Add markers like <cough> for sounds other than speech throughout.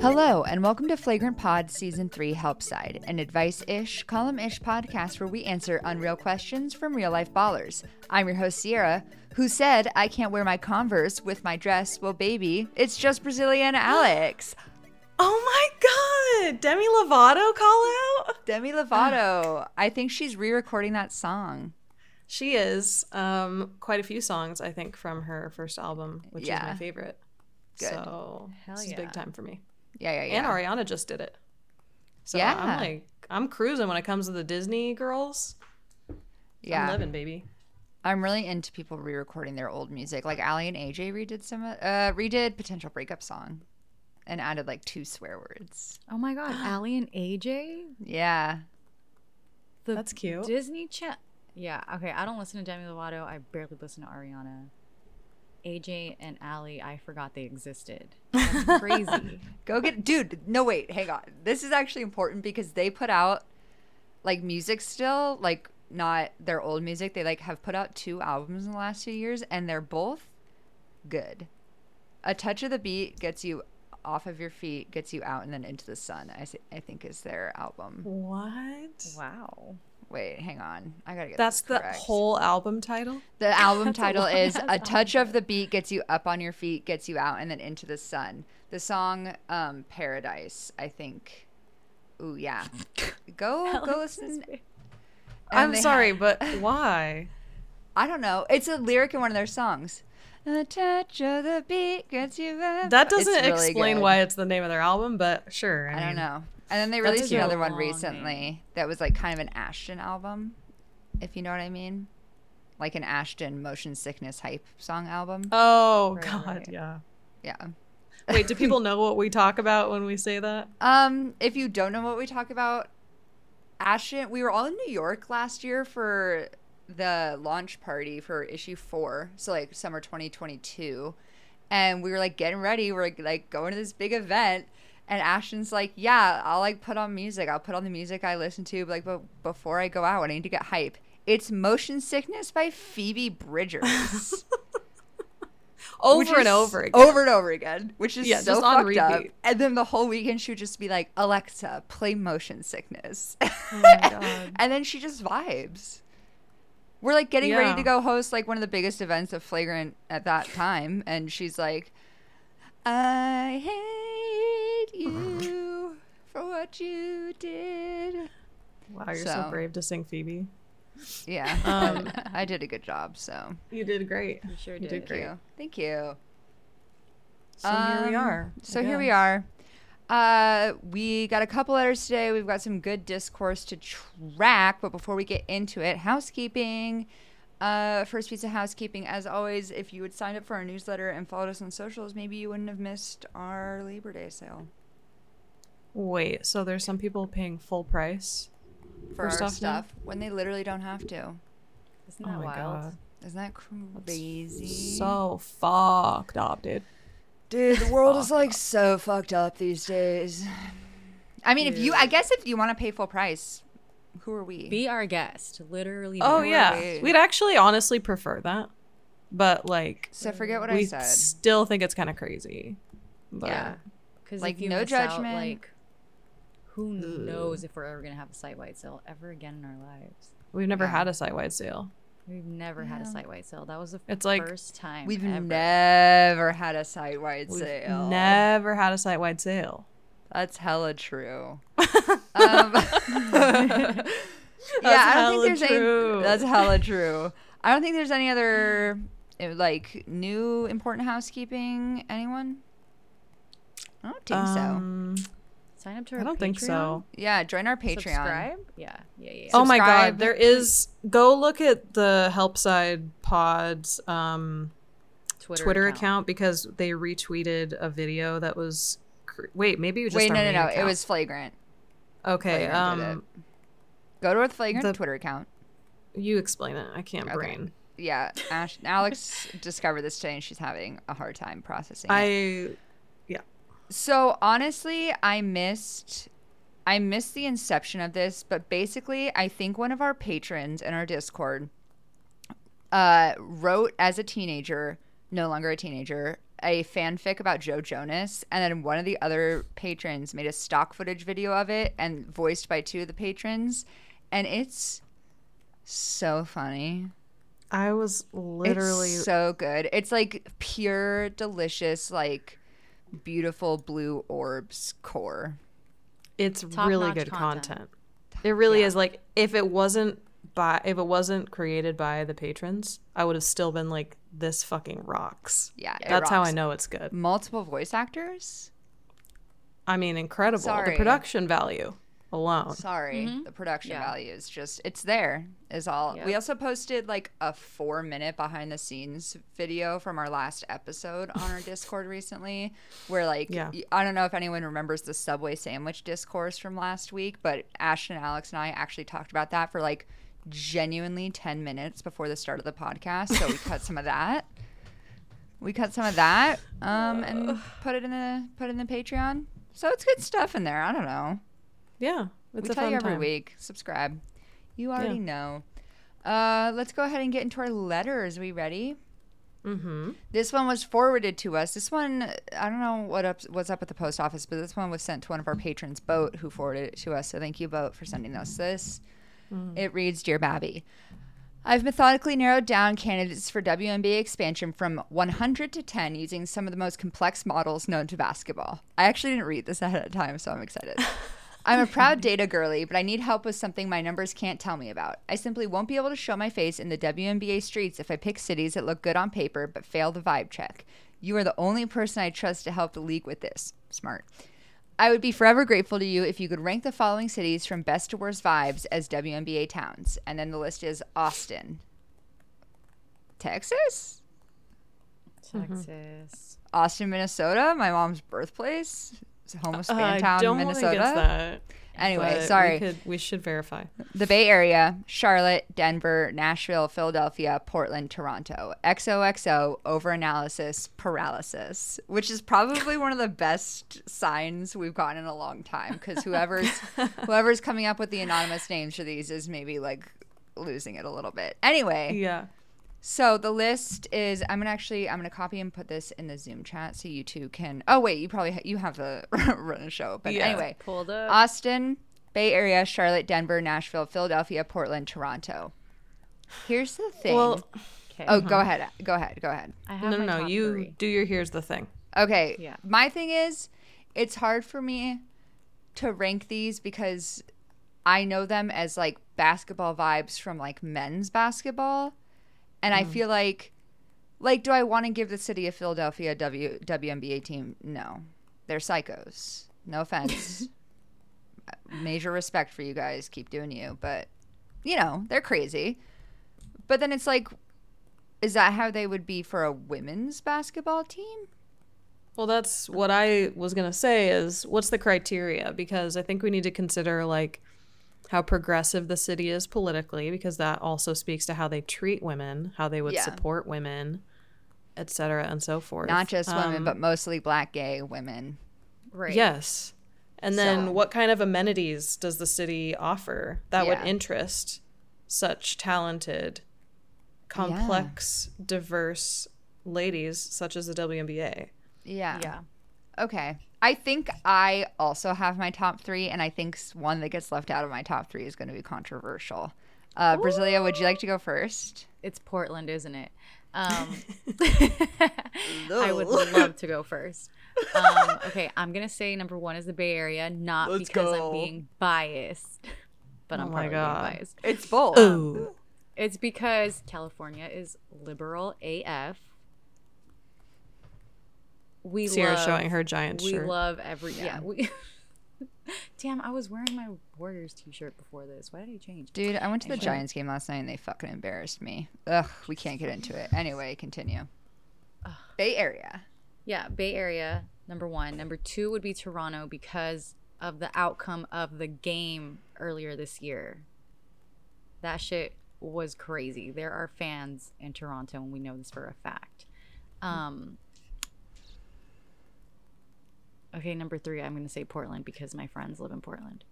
Hello, and welcome to Flagrant Pod Season 3 Help Side, an advice ish, column ish podcast where we answer unreal questions from real life ballers. I'm your host, Sierra, who said, I can't wear my Converse with my dress. Well, baby, it's just <gasps> Brazilian Alex. Oh my god! Demi Lovato call out? Demi Lovato. I think she's re recording that song. She is um quite a few songs I think from her first album, which Yeah. is my favorite. Good. So Hell this is a yeah. big time for me. Yeah, yeah, yeah. And Ariana just did it. So Yeah. I'm like I'm cruising when it comes to the Disney girls. I'm yeah. living, baby. I'm really into people re recording their old music. Like Ali and AJ redid some, uh, redid Potential Breakup Song and added like two swear words. Oh <gasps> my god, Allie and AJ? Yeah. The That's cute. Disney Channel. Yeah, okay. I don't listen to Demi Lovato. I barely listen to Ariana. AJ and Allie, I forgot they existed. <laughs> That's crazy. Go get dude, no wait, hang on. This is actually important because they put out like music still, like not their old music. They like have put out two albums in the last two years and they're both good. A touch of the beat gets you off of your feet, gets you out and then into the sun. I s- I think is their album. What? wow. Wait, hang on. I got to get That's this the correct. whole album title? The <laughs> album title long is ass A Touch of the Beat Gets You Up on Your Feet, Gets You Out, and Then Into the Sun. The song um, Paradise, I think. Ooh, <laughs> yeah. Go go listen. and I'm they sorry, have- <laughs> but why? I don't know. It's a lyric in one of their songs. A touch of the beat gets you up. That It's doesn't really explain good. why it's the name of their album, but sure. I mean, don't know. And then they That's released a another one long recently name. that was like kind of an Ashton album, if you know what I mean. Like an Ashton motion sickness hype song album. Oh Right, god, right. yeah. Yeah. Wait, do people know what we talk about when we say that? Um, if you don't know what we talk about, Ashton, we were all in New York last year for the launch party for issue four, so like summer 2022, and we were like getting ready. We're like, like going to this big event, and Ashton's like, "Yeah, I'll like put on music. I'll put on the music I listen to, but like, but before I go out, I need to get hype." It's Motion Sickness by Phoebe Bridgers. Which <laughs> Over and is- over again. Over and over again, which is Yeah, so just on fucked up. repeat. And then the whole weekend she would just be like, Alexa, play motion sickness. Oh <laughs> my god. and then she just vibes. We're like getting ready Yeah. to go host like one of the biggest events of Flagrant at that time. And she's like, I hate <laughs> you for what you did. Wow, you're so. So. brave to sing Phoebe. Yeah. Um, <laughs> I, I did a good job. So you did great. You sure You did. did thank great. you. Thank you. So here we Um, are. So here we are. Uh, we got a couple letters today. We've got some good discourse to track, but before we get into it, housekeeping. Uh, first piece of housekeeping, as always, if you had signed up for our newsletter and followed us on socials, maybe you wouldn't have missed our Labor Day sale Wait, so there's some people paying full price? for First our off, no. stuff when they literally don't have to. Isn't Oh that wild? Isn't that crazy? So fucked up, dude. Dude, the world <laughs> is like so fucked up these days. I mean, if you, I guess if you want to pay full price, who are we? Be our guest. Literally. Oh be- yeah. Right. We'd actually honestly prefer that. But like so forget what I we said. still think it's kind of crazy. But Yeah. Cause Like, if you no miss out, judgment. like, who knows if we're ever going to have a site wide sale ever again in our lives? we've never Yeah. had a site wide sale. We've never had a Yeah. site wide sale. That was the It's like- first time. We've ever. never had a site wide We've sale. never had a site <laughs> wide sale. That's hella true. um, <laughs> yeah, I don't hella think there's true. any. That's hella true. I don't think there's any other eh, like new important housekeeping. Anyone? I don't think so. Um, Sign up to our I don't think so. Patreon. Yeah, join our Patreon. Subscribe? Yeah. Yeah. Yeah. yeah. Oh my Subscribe. god, there is go look at the help side pods um Twitter, account. because they retweeted a video that was cr- wait, maybe it was just Wait, our no, no, main no. It account. was flagrant. Okay, Flagrant did um Go to our flagrant The- Twitter account. you explain it. I can't Okay. brain. Yeah, Ash- Alex <laughs> discovered this today, and she's having a hard time processing. it. I So honestly, I missed I missed the inception of this, but basically, I think one of our patrons in our Discord uh, wrote as a teenager, no longer a teenager, a fanfic about Joe Jonas, and then one of the other patrons made a stock footage video of it and voiced by two of the patrons, and it's so funny. I was literally It's so good. It's like pure, delicious, like beautiful blue orbs core. it's Top-notch really good content. content. It really yeah. is like if it wasn't by if it wasn't created by the patrons, I would have still been like this fucking rocks. Yeah, it That's how I rocks. know it's good. Multiple voice actors. I mean, incredible. Sorry. The production value alone. Sorry, the production Yeah. value is just it's there is all. We Yep. also posted like a 4 minute behind the scenes video from our last episode on our Discord recently where like Yeah. y- I don't know if anyone remembers the subway sandwich discourse from last week, but Ashton, Alex and I actually talked about that for like genuinely 10 minutes before the start of the podcast, so we cut some of that. We cut some of that um and put it in the put it in the Patreon. So it's good stuff in there. I don't know Yeah, it's we a tell fun you every time. week. Subscribe. You already know. Uh, let's go ahead and get into our letters. We ready? Mm-hmm. This one was forwarded to us. This one, I don't know what up, what's up with the post office, but this one was sent to one of our patrons, Boat, who forwarded it to us. So thank you, Boat, for sending us this. Mm-hmm. It reads, "Dear Babby." I've methodically narrowed down candidates for WNBA expansion from 100 to 10 using some of the most complex models known to basketball. I actually didn't read this ahead of time, so I'm <laughs> excited. I'm a proud data girly, but I need help with something my numbers can't tell me about. I simply won't be able to show my face in the WNBA streets if I pick cities that look good on paper but fail the vibe check. You are the only person I trust to help the league with this. Smart. I would be forever grateful to you if you could rank the following cities from best to worst vibes as WNBA towns. And then the list is Austin, Texas, Texas. Mm-hmm. Austin, Minnesota, my mom's birthplace, it's home of Uh, I Spantown, don't Minnesota. Wanna guess that, anyway, but sorry. We, could, we should verify. The Bay Area, Charlotte, Denver, Nashville, Philadelphia, Portland, Toronto. XOXO, overanalysis, paralysis, which is probably one of the best signs we've gotten in a long time because whoever's <laughs> whoever's coming up with the anonymous names for these is maybe like losing it a little bit. Anyway, Yeah. so the list is I'm gonna actually I'm gonna copy and put this in the Zoom chat so you two can. Oh wait, you probably ha- you have the <laughs> run a show, but Yeah. anyway, Pulled up. Uh, Austin, Bay Area, Charlotte, Denver, Nashville, Philadelphia, Portland, Toronto. Here's the thing. Well, okay. oh, go ahead. Go ahead. Go ahead. I have no, no, my no. top You three. do your here's the thing. Okay. Yeah. My thing is, it's hard for me to rank these because I know them as like basketball vibes from like men's basketball. And I feel like, like, do I want to give the city of Philadelphia a w, WNBA team? No. They're psychos. No offense. Major respect for you guys. Keep doing you. But, you know, they're crazy. But then it's like, is that how they would be for a women's basketball team? Well, that's what I was going to say is what's the criteria? Because I think we need to consider like how progressive the city is politically because that also speaks to how they treat women, how they would Yeah. support women, et cetera, and so forth. not just women, Um, but mostly black gay women. Right. Yes. And then So- what kind of amenities does the city offer that Yeah. would interest such talented, complex, diverse ladies such as the WNBA? Yeah. Yeah. Okay. I think I also have my top three, and I think s- one that gets left out of my top three is going to be controversial. Uh, Brasilia, would you like to go first? It's Portland, isn't it? <laughs> Um, <laughs> I would love to go first. Um, okay, I'm gonna say number one is the Bay Area, not because I'm being biased, <laughs> but I'm Oh my probably God. being biased. It's both. Ooh. It's because California is liberal AF. We Sierra love, showing her giant We shirt. love every yeah. we, <laughs> damn, I was wearing my Warriors T-shirt before this. Why did I change? Dude, I went to the Giants game last night and they fucking embarrassed me. Ugh, we can't get into it. Anyway, continue. Bay Area. Yeah, Bay Area, number one. Number two would be Toronto because of the outcome of the game earlier this year. That shit was crazy. There are fans in Toronto, and we know this for a fact. Um, okay, number three, I'm going to say Portland because my friends live in Portland.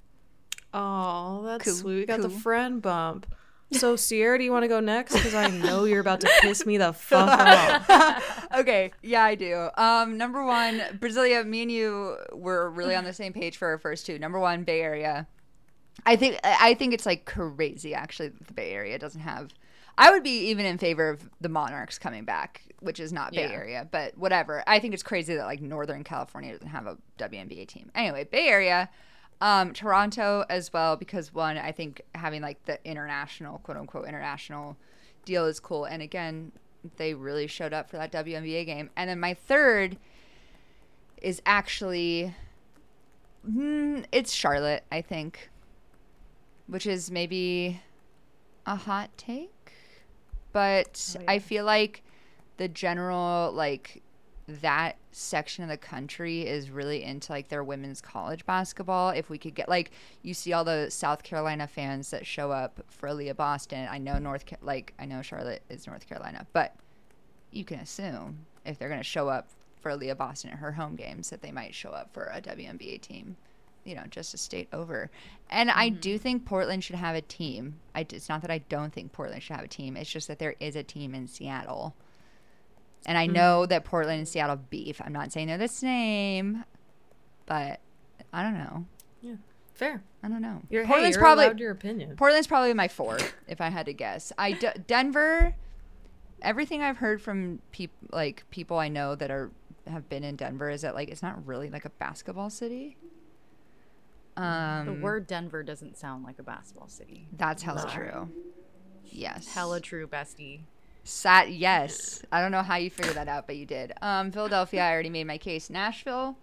Oh, that's Cool, sweet. We got the cool. friend bump. <laughs> So, Sierra, do you want to go next? Because I know you're about to piss me the fuck off. okay, yeah, I do. Um, number one, Brasilia, me and you were really on the same page for our first two. Number one, Bay Area. I think I I think it's like crazy actually that the Bay Area doesn't have. I would be even in favor of the Monarchs coming back, which is not Bay Yeah. Area, but whatever. I think it's crazy that like Northern California doesn't have a WNBA team. Anyway, Bay Area, um, Toronto as well because one, I think having like the international quote unquote international deal is cool, and again, they really showed up for that WNBA game. And then my third is actually, mm, it's Charlotte, I think which is maybe a hot take, but I feel like the general like that section of the country is really into like their women's college basketball. If we could get like you see all the South Carolina fans that show up for Leah Boston. I know North Ca- like I know Charlotte is North Carolina, but you can assume if they're going to show up for Leah Boston at her home games that they might show up for a WNBA team, you know, just a state over. And I Mm-hmm. do think Portland should have a team. I, it's not that I don't think Portland should have a team. It's just that there is a team in Seattle. And Mm-hmm. I know that Portland and Seattle beef. I'm not saying they're the same, but I don't know. Fair. I don't know. You're, hey, Portland's you're probably allowed your opinion. Portland's probably my four, if I had to guess. I d- Denver. Everything I've heard from people, like people I know that are have been in Denver, is that like it's not really like a basketball city. Um, The word Denver doesn't sound like a basketball city. that's hella Sorry. true. Yes, Hella true, bestie. Sat. Yes, I don't know how you figured that out, but you did. Um, Philadelphia. I already made my case. Nashville.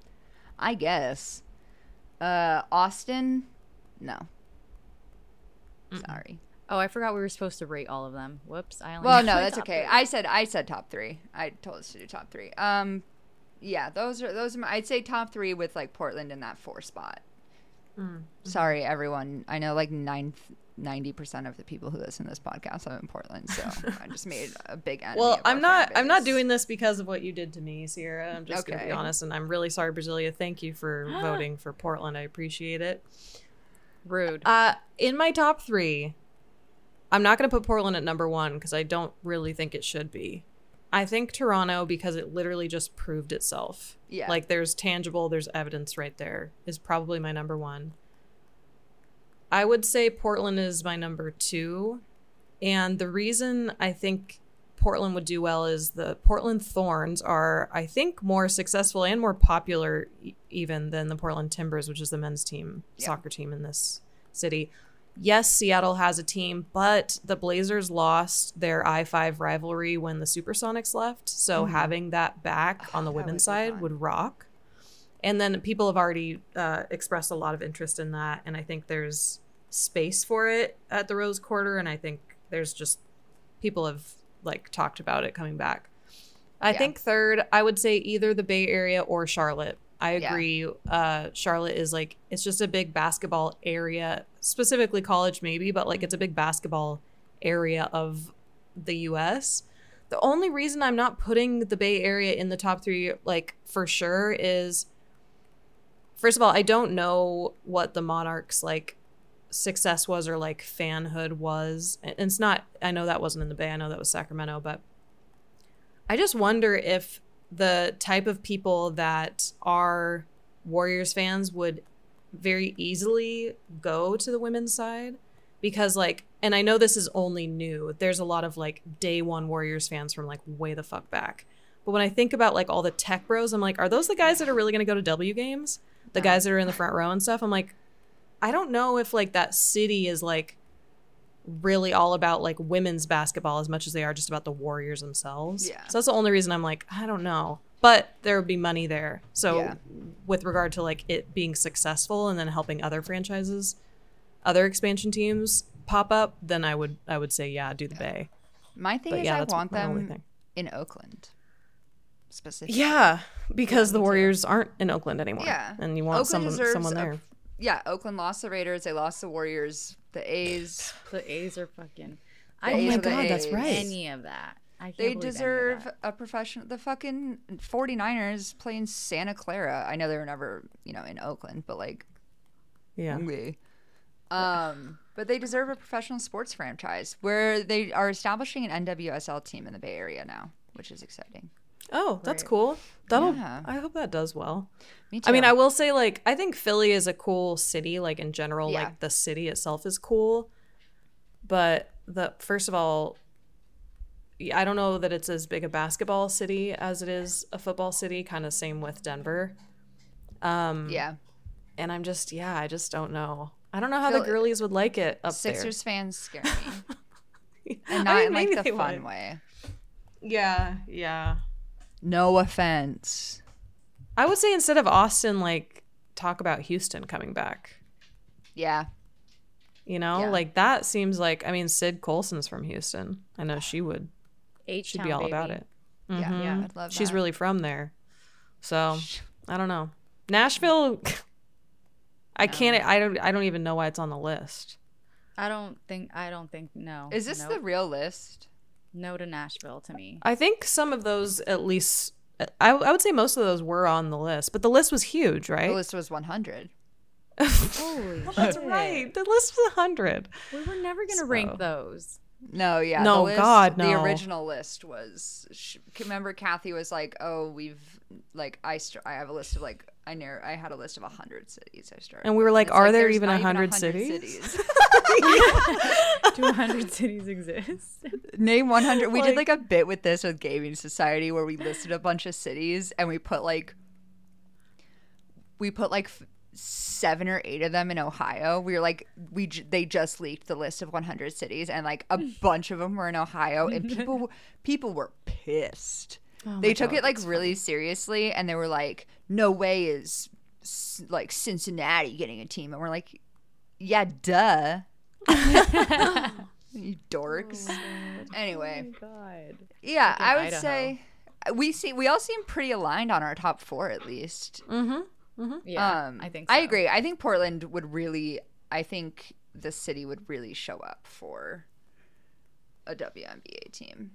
I guess. Uh, Austin. No. Sorry. Oh, I forgot we were supposed to rate all of them. Whoops, <laughs> I only Well, have no, my that's Oh, top okay. three. I said I said top three. I told us to do top three. Um, yeah, those are those. Are my, I'd say top three with like Portland in that four spot. Sorry, everyone. I know like ninety percent of the people who listen to this podcast live in Portland, so I just made a big enemy. Well, of our I'm not. fan I'm not base. doing this because of what you did to me, Sierra. I'm just gonna be Okay. honest, and I'm really sorry, Brasilia. Thank you for voting for Portland. I appreciate it. Rude. Uh, in my top three, I'm not going to put Portland at number one because I don't really think it should be. I think Toronto because it literally just proved itself. Yeah. Like there's tangible, there's evidence right there, is probably my number one. I would say Portland is my number two. And the reason I think Portland would do well is the Portland Thorns are, I think, more successful and more popular e- even than the Portland Timbers, which is the men's team, Yeah. soccer team in this city. Yes, Seattle has a team, but the Blazers lost their I 5 rivalry when the Supersonics left. So having that back on the Mm. Oh, that would women's be side fun. would rock. And then people have already uh, expressed a lot of interest in that. And I think there's space for it at the Rose Quarter. And I think there's just people have like talked about it coming back. I Yeah. think third, I would say either the Bay Area or Charlotte. I Yeah. agree. Uh, Charlotte is like it's just a big basketball area, specifically college maybe, but like it's a big basketball area of the U.S. The only reason I'm not putting the Bay Area in the top three, like for sure, is first of all, I don't know what the Monarchs like success was or like fanhood was. And it's not, I know that wasn't in the Bay, I know that was Sacramento, but I just wonder if the type of people that are Warriors fans would very easily go to the women's side because like and I know this is only new. There's a lot of like day one Warriors fans from like way the fuck back. But when I think about like all the tech bros, I'm like, are those the guys that are really going to go to W games? The No. guys that are in the front row and stuff. I'm like, I don't know if like that city is like really all about like women's basketball as much as they are just about the Warriors themselves. Yeah. So that's the only reason I'm like, I don't know. But there would be money there. So Yeah. with regard to like it being successful and then helping other franchises, other expansion teams pop up, then I would I would say yeah, do the Bay. My thing But is, yeah, I that's want my only them thing. in Oakland, specifically. Yeah, because the Warriors aren't in Oakland anymore. Yeah. and you want someone someone a- there. yeah, Oakland lost the Raiders. They lost the Warriors. The A's. <laughs> the A's are fucking. Oh I my hate God, that's any right. Any of that. I can't They believe any of deserve that. a professional. The fucking 49ers playing Mm. Santa Clara. I know they were never, you know, in Oakland, but like, yeah, we. Um, but they deserve a professional sports franchise where they are establishing an NWSL team in the Bay Area now, which is exciting. Oh, that's Right. cool. That'll. Yeah. I hope that does well. Me too. I mean, I will say, like, I think Philly is a cool city, like, in general. Yeah. Like, the city itself is cool. But the first of all, yeah, I don't know that it's as big a basketball city as it is a football city, kind of same with Denver. Um, yeah, And I'm just, yeah, I just don't know. I don't know how the Phil- girlies would like it up Sixers fans scare me, there. and not <laughs> I mean, in like maybe the they fun would. way. Yeah, yeah. No offense. I would say instead of Austin, like, talk about Houston coming back. Yeah, You know, Yeah. like that seems like I mean Sid Colson's from Houston. I know she would H she'd be all about it. yeah, yeah. Mhm. I'd love. She's that. really from there. So, I don't know. Nashville <laughs> I can't Um, I don't I don't even know why it's on the list. I don't think. I don't think. No. Is this no, the real list? no to Nashville <laughs> to me? I think some of those at least I, I would say most of those were on the list, but the list was huge, right? The list was 100. Holy Well, <laughs> that's right. The list was 100. We were never gonna rank So- those. <laughs> No, yeah. the No, list, God, The no. original list was. Sh- remember, Kathy was like, "Oh, we've like I st- I have a list of like I know I had a list of hundred cities I started." And we were with." like, It's "Are there there's even not 100 100 cities?" cities. <laughs> Two hundred cities exist. <laughs> Name 100. We did Like- like a bit with this with Gaming Society where we listed a bunch of cities and we put like we put like f- seven or eight of them in Ohio. We were like we j- they just leaked the list of 100 cities and like a bunch of them were in Ohio and people w- people were pissed. Oh Oh they took it like really seriously and they were like no way is s- like Cincinnati getting a team and we're like yeah duh. <laughs> you dorks. Oh, anyway, God. yeah, Like in I would Idaho. say we see we all seem pretty aligned on our top four at least. Mhm. Yeah. um, I think. I so. agree. I think Portland would really. I think the city would really show up for a WNBA team.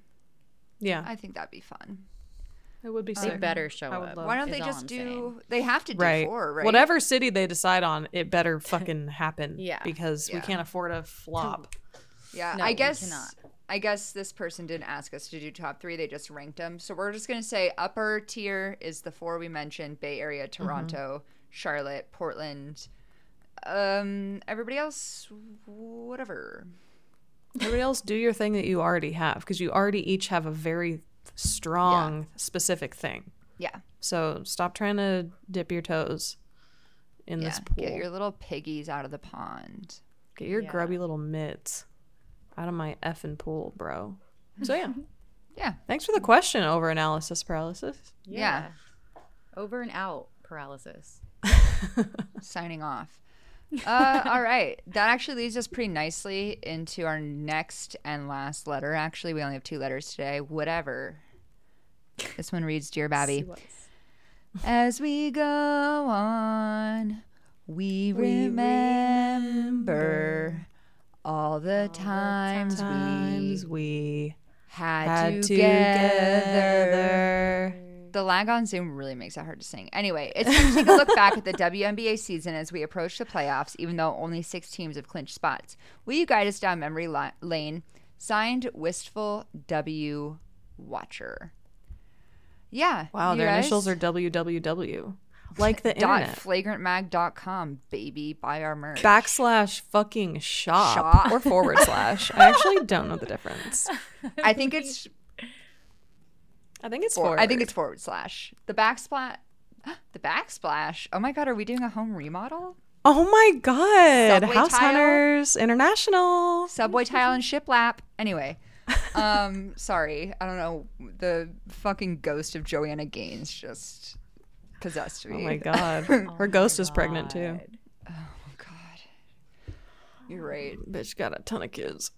Yeah. I think that'd be fun. It would be They sick. better show I would up. love- Why don't is they all just I'm do? saying. They have to do right. four, right? Whatever city they decide on, <laughs> it better fucking happen. Yeah. Because Yeah. we can't afford <laughs> a flop. Yeah, No, I we guess. cannot. I guess this person didn't ask us to do top three. They just ranked them. So we're just gonna say upper tier is the four we mentioned: Bay Area, Mm-hmm. Toronto, Charlotte, Portland. Um, everybody else, whatever. Everybody else, do your thing that you already have because you already each have a very strong, specific thing. Yeah, So stop trying to dip your toes in yeah. this pool. Get your little piggies out of the pond. Yeah. grubby little mitts out of my effing pool, <laughs> bro. So, yeah. <laughs> Yeah. Thanks for the question over analysis paralysis. Yeah. Over and out paralysis. signing <laughs> off. Uh, all right. That actually leads us pretty nicely into our next and last letter. Actually, we only have two letters today. Whatever. This one reads Dear Babby. As we go on, we remember all the times Times we we had had together. together. The lag on Zoom really makes it hard to sing. Anyway, it's time to take a look back at the <laughs> WNBA season as we approach the playoffs, even though only six teams have clinched spots. Will you guide us down memory li- lane? Signed, Wistful W. Watcher. Yeah. Wow, you their guys? initials are www. Like the dot internet. flagrantmag.com, baby. Buy our merch. Backslash fucking shop, Shop. or forward slash. I actually don't know the difference. <laughs> I think it's I think it's for, <laughs> <laughs> forward. I think it's forward slash. The backsplash. <gasps> The backsplash. Oh my god, are we doing a home remodel? Oh my god, Subway House tile. Hunters International. Subway tile and shiplap. <laughs> Anyway, um, sorry, I don't know. The fucking ghost of Joanna Gaines just possessed me. Oh <laughs> my god, her ghost is pregnant too. Oh, God. You're right. Bitch got a ton of kids.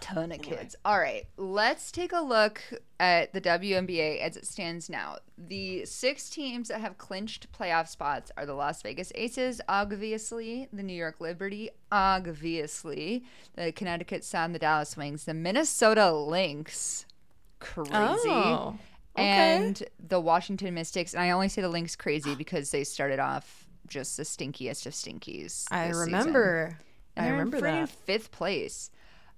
ton of kids. All right, let's take a look at the WNBA as it stands now. The six teams that have clinched playoff spots are the Las Vegas Aces, obviously, the New York Liberty, obviously, the Connecticut Sound, the Dallas Wings, the Minnesota Lynx. Crazy. Oh, okay. And the Washington Mystics, and I only say the Lynx crazy because they started off just the stinkiest of stinkies. I this season. remember. And I they're in remember friggin' that. fifth place.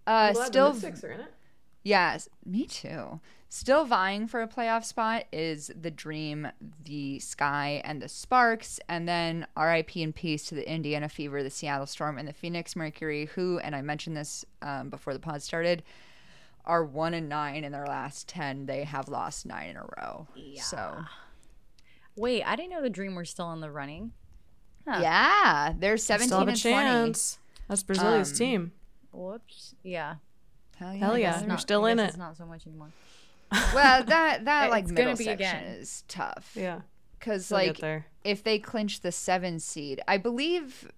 Uh, still, six are in it. yes, me too. Still vying for a playoff spot is the Dream, the Sky, and the Sparks. And then RIP and peace to the Indiana Fever, the Seattle Storm, and the Phoenix Mercury, who, and I mentioned this um, before the pod started, are one and nine in their last 10. They have lost nine in a row. So, Wait, I didn't know the Dream were still in the running. Huh. yeah, they're 17 Still have a and 20. chance. That's Brazilia's Um, team. Whoops. Yeah. Hell yeah. Hell I yeah. guess They're not. Not- still I in guess it. It's not so much anymore. Well, that that It's like gonna middle be section again. is tough. Yeah, because they'll like get there. if they clinch the seven seed, I believe,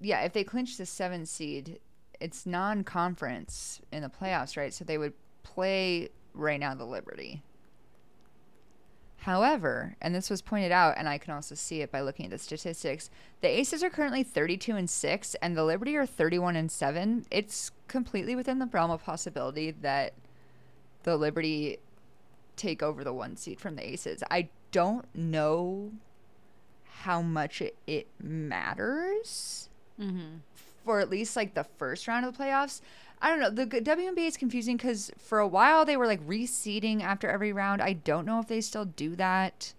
yeah, if they clinch the seven seed, it's non-conference in the playoffs, right? So they would play right now the Liberty. However, and this was pointed out, and I can also see it by looking at the statistics. The Aces are currently 32 and six, and the Liberty are 31 and seven. It's completely within the realm of possibility that the Liberty take over the one seed from the Aces. I don't know how much it, it matters Mm-hmm. for at least like the first round of the playoffs. I don't know. The g- WNBA is confusing because for a while they were like reseeding after every round. I don't know if they still do that.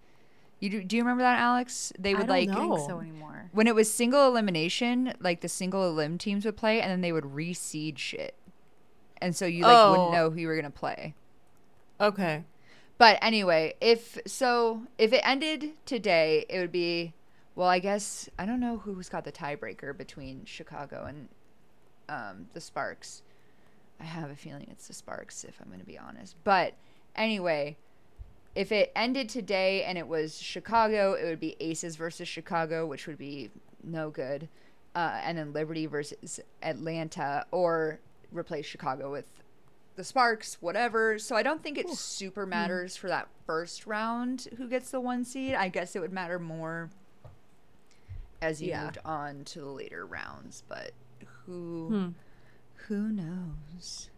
You do, do you remember that, Alex? They would I like don't I know. don't Oh. think so anymore. when it was single elimination, like the single elim teams would play, and then they would reseed shit, and so you like Oh. wouldn't know who you were gonna play. Okay. But anyway, if so, if it ended today, it would be well. I guess I don't know who's got the tiebreaker between Chicago and um, the Sparks. I have a feeling it's the Sparks, if I'm going to be honest. But anyway, if it ended today and it was Chicago, it would be Aces versus Chicago, which would be no good, uh, and then Liberty versus Atlanta, or replace Chicago with the Sparks, whatever. So I don't think it super matters for that first round who gets the one seed. I guess it would matter more as you Yeah. moved on to the later rounds, but who Hmm. who knows?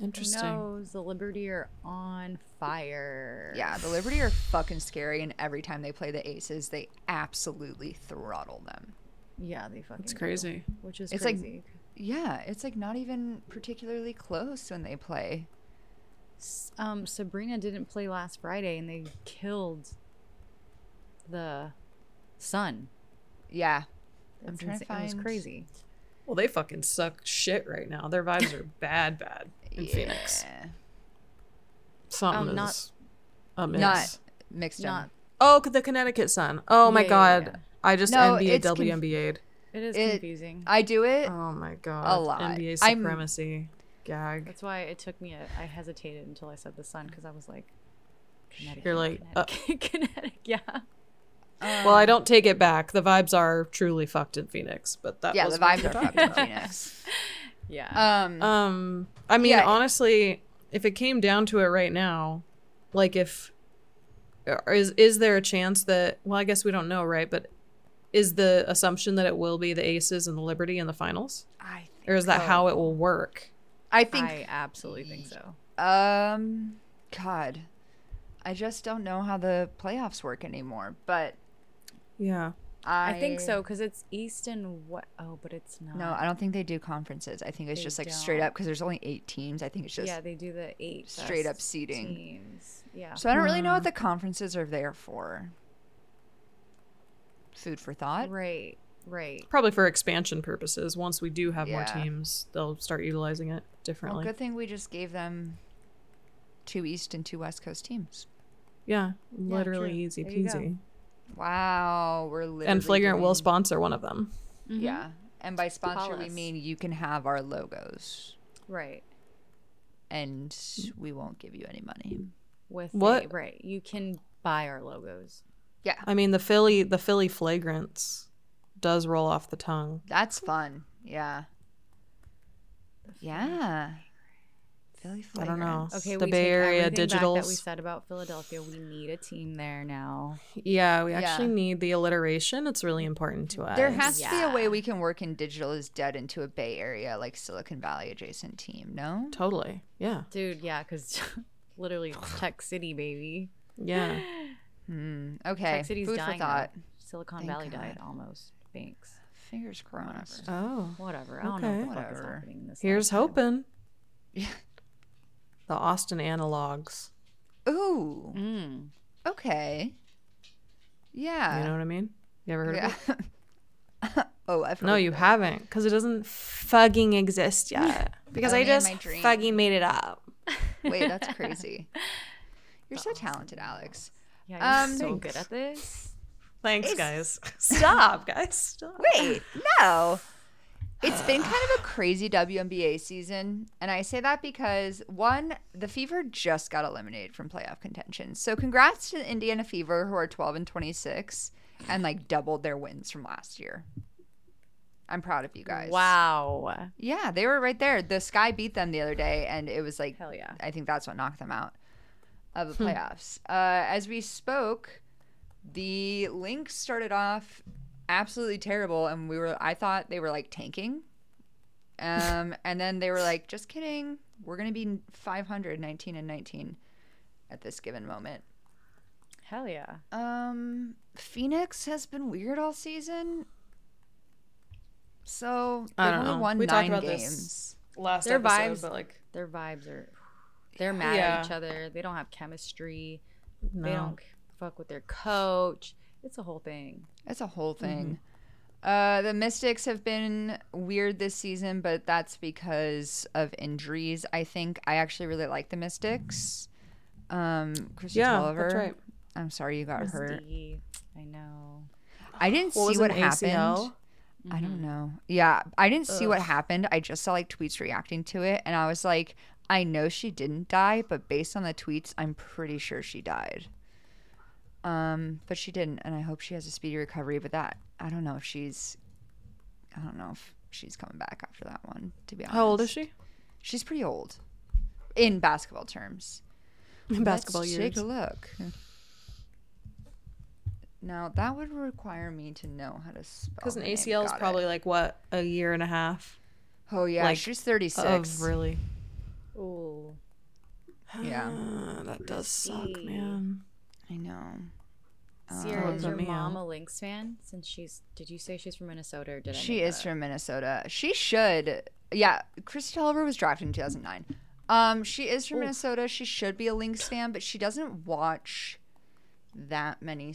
Interesting. Who knows? The Liberty are on fire. Yeah, the Liberty are fucking scary, and every time they play the Aces, they absolutely throttle them. Yeah, they fucking. That's do, crazy. Which is It's like- crazy. Yeah, it's like not even particularly close when they play. S- um, Sabrina didn't play last Friday, and they killed the sun. Yeah, I'm It's trying to insane. It was find- crazy. Well, they fucking suck shit right now. Their <laughs> vibes are bad, bad in Phoenix. Yeah. Something Um, not- is amiss. Not mixed Not. up. oh, the Connecticut Sun. Oh my Yeah, yeah, god, yeah. I just No, NBA it's conf- WNBA'd. It is It- confusing. I do it. Oh my god, lot. NBA I'm- supremacy gag. That's why it took me. A, I hesitated until I said the sun because I was like, Connecticut. like, uh, Connecticut, <laughs> Connecticut. Yeah. Well, I don't take it back. The vibes are truly fucked in Phoenix, but that yeah, was the vibes are what fucked in Phoenix. Yeah. Um, Um, I mean, Yeah. honestly, if it came down to it right now, like if uh, is is there a chance that well, I guess we don't know, right? But is the assumption that it will be the Aces and the Liberty in the finals, I think or is that so. how it will work? I think I absolutely think so. Um, God, I just don't know how the playoffs work anymore. But Yeah, I, I, think so because it's East and what? Oh, but it's not. No, I don't think they do conferences. I think it's They just like straight don't. up because there's only eight teams. I think it's just yeah, they do the eight straight up best seeding. Teams. Yeah. so. I don't really know what the conferences are there for. Food for thought. right. Right. probably for expansion purposes. Once we do have more Yeah. teams, they'll start utilizing it Well, differently. good thing we just gave them two East and two West Coast teams. Yeah, Yeah, literally true. easy There you go. peasy. Wow, we're literally And Flagrant will Mm-hmm. doing- Mm-hmm. sponsor one of them. Yeah, and by sponsor we us. mean you can have our logos. Right. and Mm. we won't give you any money. With What? The, right. You can buy our logos. Yeah, I mean, the Philly, the Philly Flagrants does roll off the tongue. that's fun. Yeah. Yeah. Philly I don't know. flagrants. Okay. the we Bay take Area everything back that we Digitals. said about Philadelphia. We need a team there now. Yeah, we actually Yeah. need the alliteration. It's really important to us. There has to be a way Yeah. we can work in digital is dead into a Bay Area like Silicon Valley adjacent team. No. totally. Yeah. Dude, yeah, because <laughs> literally Tech City, baby. Yeah. <gasps> Hmm. Okay. Tech City's Food dying. for thought. though. Silicon Thank Valley God. died almost. Thanks. Fingers crossed. Oh, Whatever. I don't know what the fuck is Okay. happening in this. here's lifetime. hoping. Yeah. The Austin analogs. Ooh. Mm. Okay. Yeah. You know what I mean? You ever heard of Uh, yeah. it? <laughs> oh, I've heard No, of you it. haven't, because it doesn't <laughs> fucking exist yet. Because Only in I just my dreams. fucking made it up. Wait, <laughs> that's crazy. You're so talented, Alex. Yeah, you're Um, so Thanks. good at this. <laughs> Thanks, guys. <laughs> Stop, guys. Stop. Wait, no. It's been kind of a crazy WNBA season, and I say that because one, the Fever just got eliminated from playoff contention. So congrats to the Indiana Fever, who are 12 and 26, and like doubled their wins from last year. I'm proud of you guys. Wow. Yeah, they were right there. The Sky beat them the other day, and it was like Hell yeah. I think that's what knocked them out of Hmm. the playoffs. Uh, as we spoke, the Lynx started off absolutely terrible, and we were I thought they were like tanking, um, <laughs> and then they were like, just kidding, we're gonna be 500, 19 and 19 at this given moment. Hell yeah. Um, Phoenix has been weird all season. So they I don't only know. won We talked nine about this. games. Last Their episode, vibes- but like, Their vibes are. They're mad Yeah. at each other. They don't have chemistry. no. They don't fuck with their coach. It's a whole thing. It's a whole thing. Mm-hmm. Uh, the Mystics have been weird this season, but that's because of injuries. I think I actually really like the Mystics. Um, Christy Yeah, Tolliver. that's right. I'm sorry you got hurt. Misty, I know. I didn't What was see what an happened. ACL? I don't Mm-hmm. know. Yeah, I didn't see what happened. I just saw like tweets reacting to it, and I was like, I know she didn't die, but based on the tweets, I'm pretty sure she died. Um, but she didn't, and I hope she has a speedy recovery. But that, I don't know if she's, I don't know if she's coming back after that one. To be honest, How old is she? She's pretty old, in basketball terms. <laughs> In basketball Let's years. Take a look. Now that would require me to know how to spell. Because an her name. Oh, ACL is Got it. probably like what a year and a half Oh yeah, like, she's 36. of really. Mm-hmm. Ooh. Yeah. Ah, Uh, that does suck, Christy. man. I know. Uh, Sierra, Um, is your Meow. mom a Lynx fan? Since she's, did you say she's from Minnesota or did I? She make is that up? from Minnesota. She should. Yeah, Christy Tolliver was drafted in 2009. Um, she is from Minnesota. She should be a Lynx fan, but she doesn't watch that many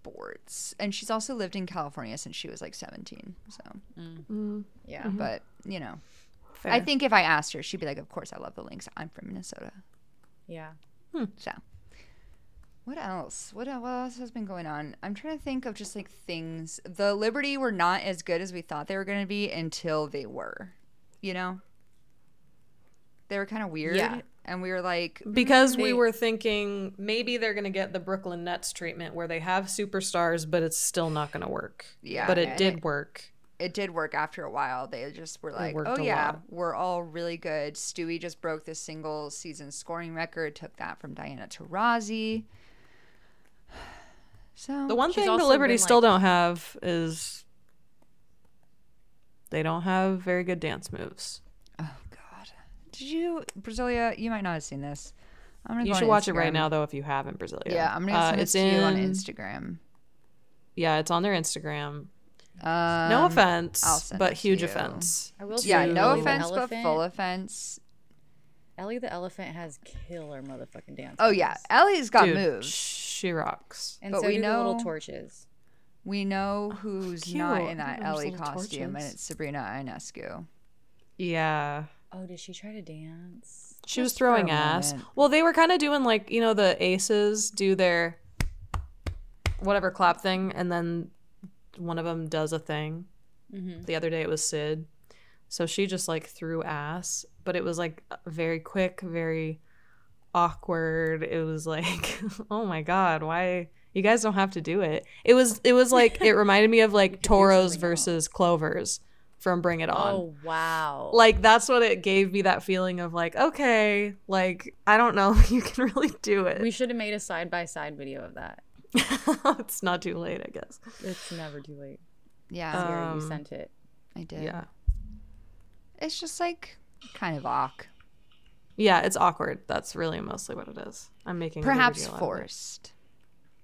sports. And she's also lived in California since she was like 17. So, Yeah. but you know, Fair. I think if I asked her, she'd be like, "Of course, I love the Lynx. I'm from Minnesota." Yeah. So, what else? What, el- what else has been going on? I'm trying to think of just like things. The Liberty were not as good as we thought they were going to be until they were, you know? They were kind of weird. Yeah. And we were like, because we They- were thinking maybe they're going to get the Brooklyn Nets treatment where they have superstars, but it's still not going to work. Yeah, But and it did work. it did work after a while. They just were like, worked oh, a yeah, lot. we're all really good. Stewie just broke the single season scoring record, took that from Diana Taurasi. <sighs> So, The one She's thing the also Liberty been, still like- don't have is they don't have very good dance moves. Oh God! Did you Brasilia? You might not have seen this. I'm gonna. You go on should watch it right Instagram. now, though, if you haven't, Brasilia. Yeah, I'm gonna send Uh, it to you on Instagram. Yeah, it's on their Instagram. Um, No offense, I'll send but it to huge you. offense. I will. Yeah, say no Ellie the offense, but Elephant- full offense. Ellie the elephant has killer motherfucking dance. Oh yeah, moves. Ellie's got Dude, moves. She rocks. and but so we do the know- little torches. We know who's not Oh, cute. in I that love those Ellie little costume, and torches. it's Sabrina Ionescu. Yeah. Oh, did she try to dance? She was Just for a throwing ass. moment. Well, they were kind of doing like, you know, the aces do their whatever clap thing, and then one of them does a thing. Mm-hmm. The other day it was Sid. So she just like threw ass, but it was like very quick, very awkward. It was like, <laughs> oh my God, why? You guys don't have to do it. It was, it was like, it reminded me of like Toros something else. versus Clovers from Bring It On Oh wow. like that's what it gave me that feeling of like okay like i don't know <laughs> if you can really do we it should have made a side by side video of that. <laughs> it's not too late i guess It's never too late. Yeah, Uh, Sierra, you Um, sent it. <laughs> I did. yeah It's just like kind of awk, yeah it's awkward that's really mostly what it is i'm making a bigger perhaps deal out of it. forced.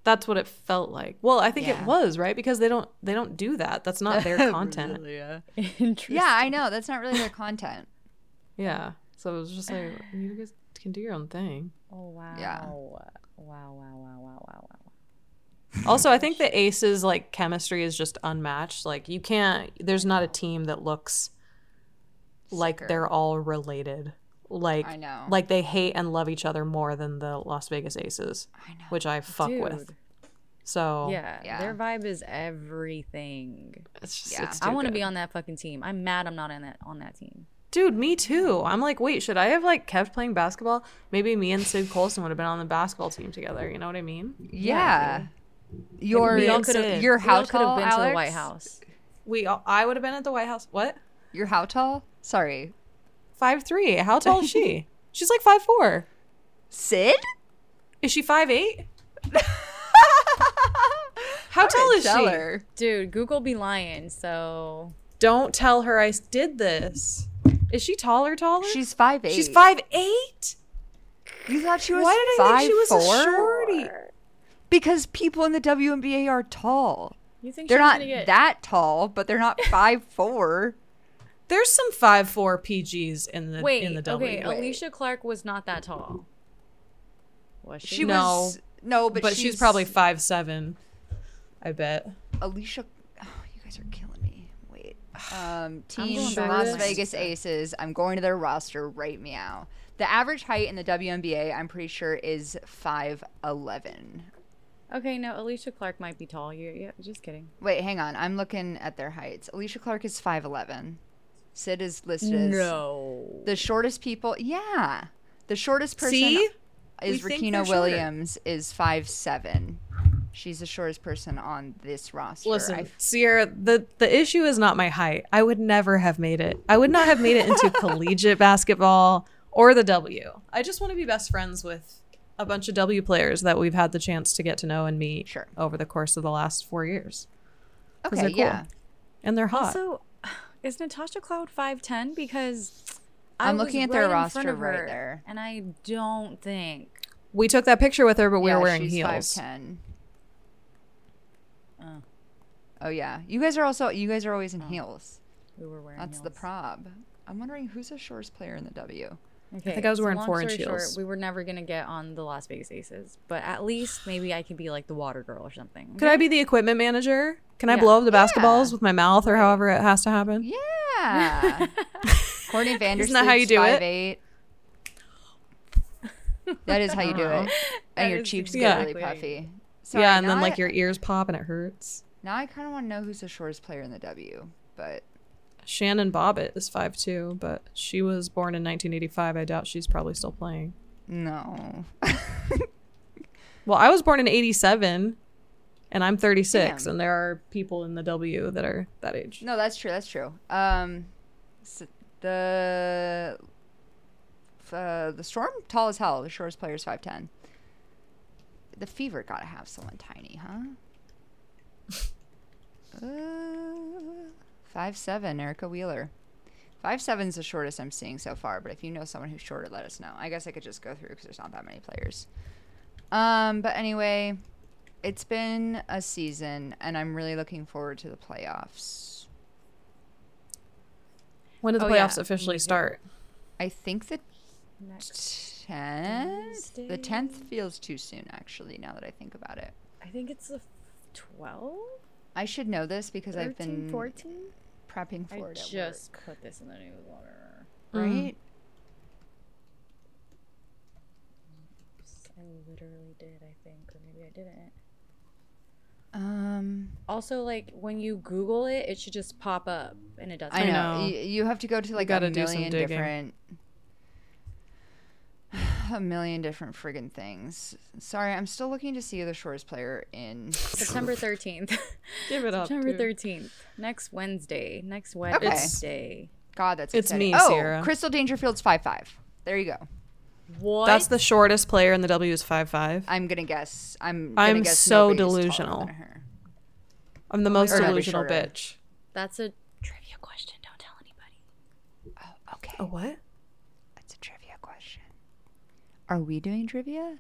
That's what it felt like. Well, I think Yeah. it was right because they don't they don't do that. That's <laughs> not their content. Really, yeah. Interesting. yeah, I know. That's not really their content. Yeah. So it was just like you guys can do your own thing. <laughs> Oh wow. Yeah. Wow. Wow. Wow. Wow. Wow. Wow. wow. Also, I think the Aces like chemistry is just unmatched. Like you can't. There's not a team that looks <laughs> like Sicker. they're all related. Like I know. Like they hate and love each other more than the Las Vegas Aces, I know. which I fuck with. Dude. So Yeah, Yeah. Their vibe is everything. it's just Yeah. it's I want to stupid. be on that fucking team. I'm mad I'm not on that on that team. Dude, me too. I'm like, wait, should I have like kept playing basketball? Maybe me and Sid Colson would have been on the basketball team together. You know what I mean? yeah. Your We all it's- could've- your We all how tall been Alex? to the White House. We, all, I would have been at the White House. What? Your how tall? Sorry, Five three. How tall is <laughs> she? She's like five four. Sid. <laughs> Is she five eight? How tall is she? Dude, Google be lying. So Don't tell her I s- did this. Is she taller? Taller? She's five eight. she's five eight. You thought she was Why did I five think she was four? a shorty? Because people in the WNBA are tall. you think They're she's not gonna get that tall, but they're not <laughs> five four. There's some five four PGs in the Wait, in the W. okay. Wait. Alicia Clark was not that tall. Was she? She No. was no, but, but she's, probably five seven. I bet. Alicia. Oh, you guys are killing me. <sighs> Wait. Um, going team back Las to my Vegas roster. Aces. I'm going to their roster right meow. The average height in the WNBA, I'm pretty sure, is five eleven. Okay, no. Alicia Clark might be tall. You, yeah, just kidding. Wait, hang on. I'm looking at their heights. Alicia Clark is five eleven. Sid is listed as No. the shortest people. Yeah, the shortest person See, is We think they're Rakina shorter. Williams is five seven. She's the shortest person on this roster. Listen, I f- Sierra, the, the issue is not my height. I would never have made it. I would not have made <laughs> it into collegiate basketball or the W. I just want to be best friends with a bunch of W players that we've had the chance to get to know and meet Sure. over the course of the last four years. okay, they're cool. yeah. And they're hot. Also, is Natasha Cloud five ten? Because I'm was looking at their right in front roster of right her, there. and I don't think. we took that picture with her, but we yeah, were wearing she's heels. 5'10. Oh. Oh yeah, you guys are also you guys are always in Oh. heels. We were wearing. That's the heels. prob. I'm wondering who's the shortest player in the W. Okay, think I was wearing long four-inch story short, heels. we were never gonna get on the Las Vegas Aces, but at least maybe I could be like the water girl or something. Could I be the equipment manager? Can I Yeah. blow up the basketballs with my mouth or however it has to happen? <laughs> Yeah. Courtney Vandersloot's that how you do it? 5'8". That is how you do <laughs> it. That And your is cheeks get exactly- really puffy. Sorry, Yeah, and now then I- like your ears pop and it hurts. Now I kind of want to know who's the shortest player in the W, but Shannon Bobbitt is 5'2, but she was born in 1985. I doubt she's probably still playing. no. <laughs> Well, I was born in 87 and I'm 36, Damn. and there are people in the W that are that age. No, that's true. That's true. Um, s the uh, the storm tall as hell. The shortest player is five ten. The fever gotta have someone tiny, huh? uh, five seven. Erica Wheeler. Five seven's the shortest I'm seeing so far. But if you know someone who's shorter, let us know. I guess I could just go through because there's not that many players. Um, but anyway, it's been a season, and I'm really looking forward to the playoffs. When do the Oh, yeah. playoffs officially start? I think the Next. tenth. The tenth feels too soon, actually. Now that I think about it, I think it's the twelve. I should know this because I've been 14? prepping for I it. at just Mm. put this in the news order. work, right? I literally did, I think, or maybe I didn't. Um, Also, like when you Google it, it should just pop up, and it doesn't. I I know, know. Y- you have to go to like gotta a do some million digging. different, <sighs> a million different friggin' things. Sorry, I'm still looking to see the shortest player in. September thirteenth. Give it up. September dude. thirteenth. Next Wednesday. Next Wednesday. God, that's It's exciting. me, Oh, Sierra. Crystal Dangerfield's five five. There you go. What? That's the shortest player in the W is 5'5. I'm gonna guess. I'm. Gonna I'm guess so nobody's taller delusional. than her. I'm the most Or nobody's delusional shorter. bitch. That's a trivia question. Don't tell anybody. Oh, okay. A what? That's a trivia question. Are we doing trivia?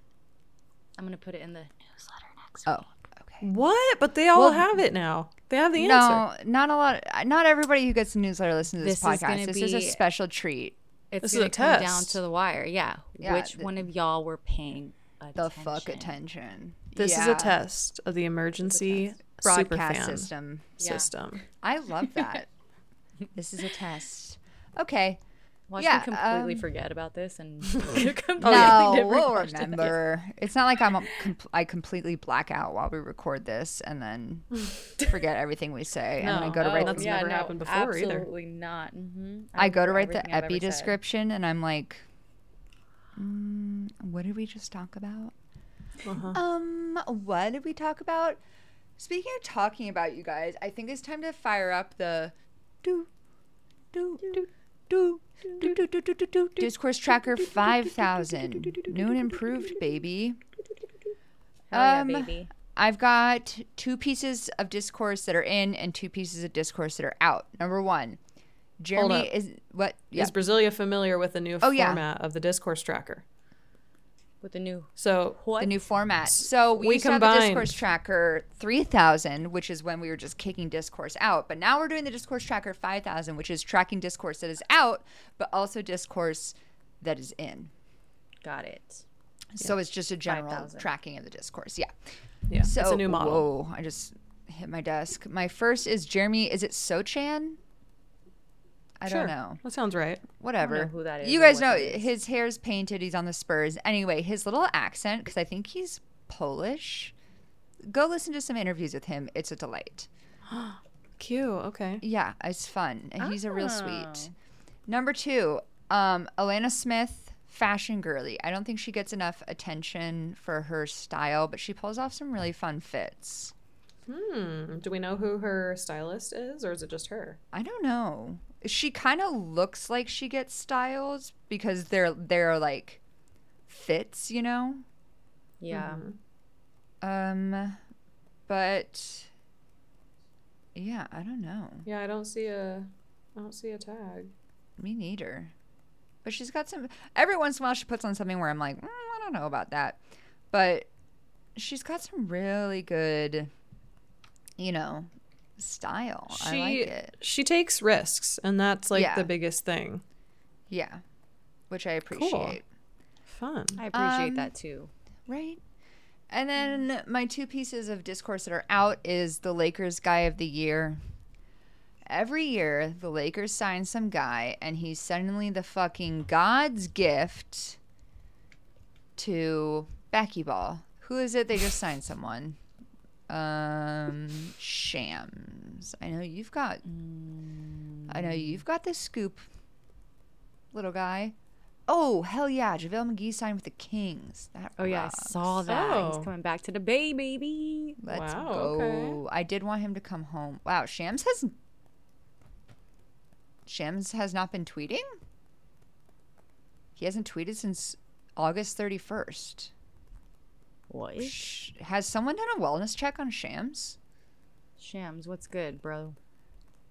I'm gonna put it in the newsletter next. Fox. Oh, okay. What? But they all Well, have it now. They have the answer. No, not a lot. Not everybody who gets the newsletter listens to this, This is podcast. gonna this is a be- special treat. It's This is gonna a come down test. to the wire. Yeah. Yeah, Which the- one of y'all were paying The attention? fuck attention. This is Yeah. a test of the emergency broadcast superfan system. Yeah. system. I love that. this is a test. Okay. Watch Yeah, me completely um, forget about this and <laughs> no, Oh, <laughs> completely we'll remember. It's not like I'm a com- I completely black out while we record this and then forget everything we say and I No, go to oh, write. that's the, never happened before either. Absolutely not. hmm I go to write the epi description and I'm like, mm, what did we just talk about? Uh-huh. Um, what did we talk about? Speaking of talking about you guys, I think it's time to fire up the do do do do do do do do do do discourse tracker five thousand new and improved baby. Um, Um, yeah, baby. I've got two pieces of discourse that are in and two pieces of discourse that are out. Number one, Jeremy up. is what? Yeah, Is Brasilia familiar with the new Oh, yeah. format of the discourse tracker? With the new So the new format. So we, we used to have the discourse combined. tracker 3000, which is when we were just kicking discourse out. But now we're doing the discourse tracker 5000, which is tracking discourse that is out, but also discourse that is in. got it. So it's just a general 5,000. tracking of the discourse. Yeah. yeah, So it's a new model. Whoa, I just hit my desk. My first is Jeremy. Is it Sochan? I don't sure. know. That sounds right. Whatever. who that is You or guys what know that is. his hair's painted. He's on the Spurs. Anyway, his little accent, because I think he's Polish. Go listen to some interviews with him. It's a delight. Cute. Okay. Yeah, it's fun, and he's a real sweet. Oh. Number two, um, Alana Smith, fashion girly. I don't think she gets enough attention for her style, but she pulls off some really fun fits. Hmm. Do we know who her stylist is, or is it just her? I don't know. She kind of looks like she gets styles because they're they're like fits, you know. Yeah. Hmm. Um, but yeah, I don't know. Yeah, I don't see a, I don't see a tag. Me neither. But she's got some. Every once in a while, she puts on something where I'm like, mm, I don't know about that. But she's got some really good, you know, style. I like She- it. She takes risks, and that's like Yeah. the biggest thing. Yeah, which I appreciate. Fun. I appreciate Um, that too. Right. And Mm-hmm. then my two pieces of discourse that are out is the Lakers guy of the year. Every year, the Lakers sign some guy, and he's suddenly the fucking God's gift to Ball. Who is it? They <laughs> just signed someone. Um, Shams. I know you've got. I know Mm. you've got the scoop, little guy. Oh hell yeah! JaVale McGee signed with the Kings. That Oh yeah, I rocks. saw that. Oh. He's coming back to the bay, baby. Let's Wow, go. okay. I did want him to come home. Wow, Shams has Shams has not been tweeting? He hasn't tweeted since August 31st. What? Sh- Has someone done a wellness check on Shams? Shams, what's good, bro?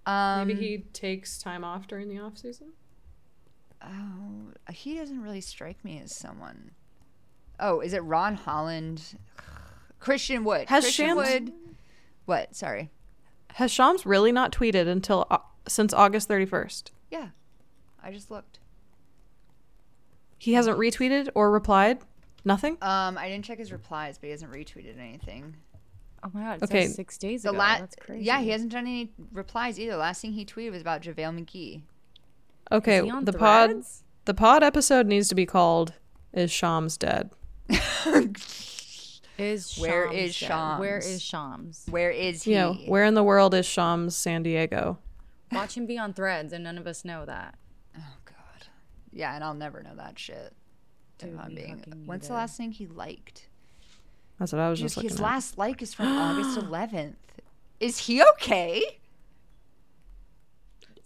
Um Maybe he takes time off during the off season. oh, he doesn't really strike me as someone. Oh, is it Ron Holland? <sighs> Christian Wood. Has Christian Shams- Wood? What? Sorry. Has Shams really not tweeted until uh, since August 31st? Yeah. I just looked. He hasn't retweeted or replied. Nothing. Um, I didn't check his replies, but he hasn't retweeted anything. Oh my god, Okay. okay. six days The ago. last, That's crazy. yeah, he hasn't done any replies either. The last thing he tweeted was about JaVale <laughs> McGee. Okay, Is he on the pod Threads? the pod episode needs to be called "Is Shams Dead?" Is Where Shams is dead? Where Shams? is Shams? Where is he? Yeah, where in the world is Shams San Diego? Watch him be on Threads, and none of us know that. oh God. Yeah, and I'll never know that shit. if Dude, I'm we being. fucking When's the neither. last thing he liked? That's what I was Dude, just looking his at. last like is from <gasps> August 11th. Is he okay?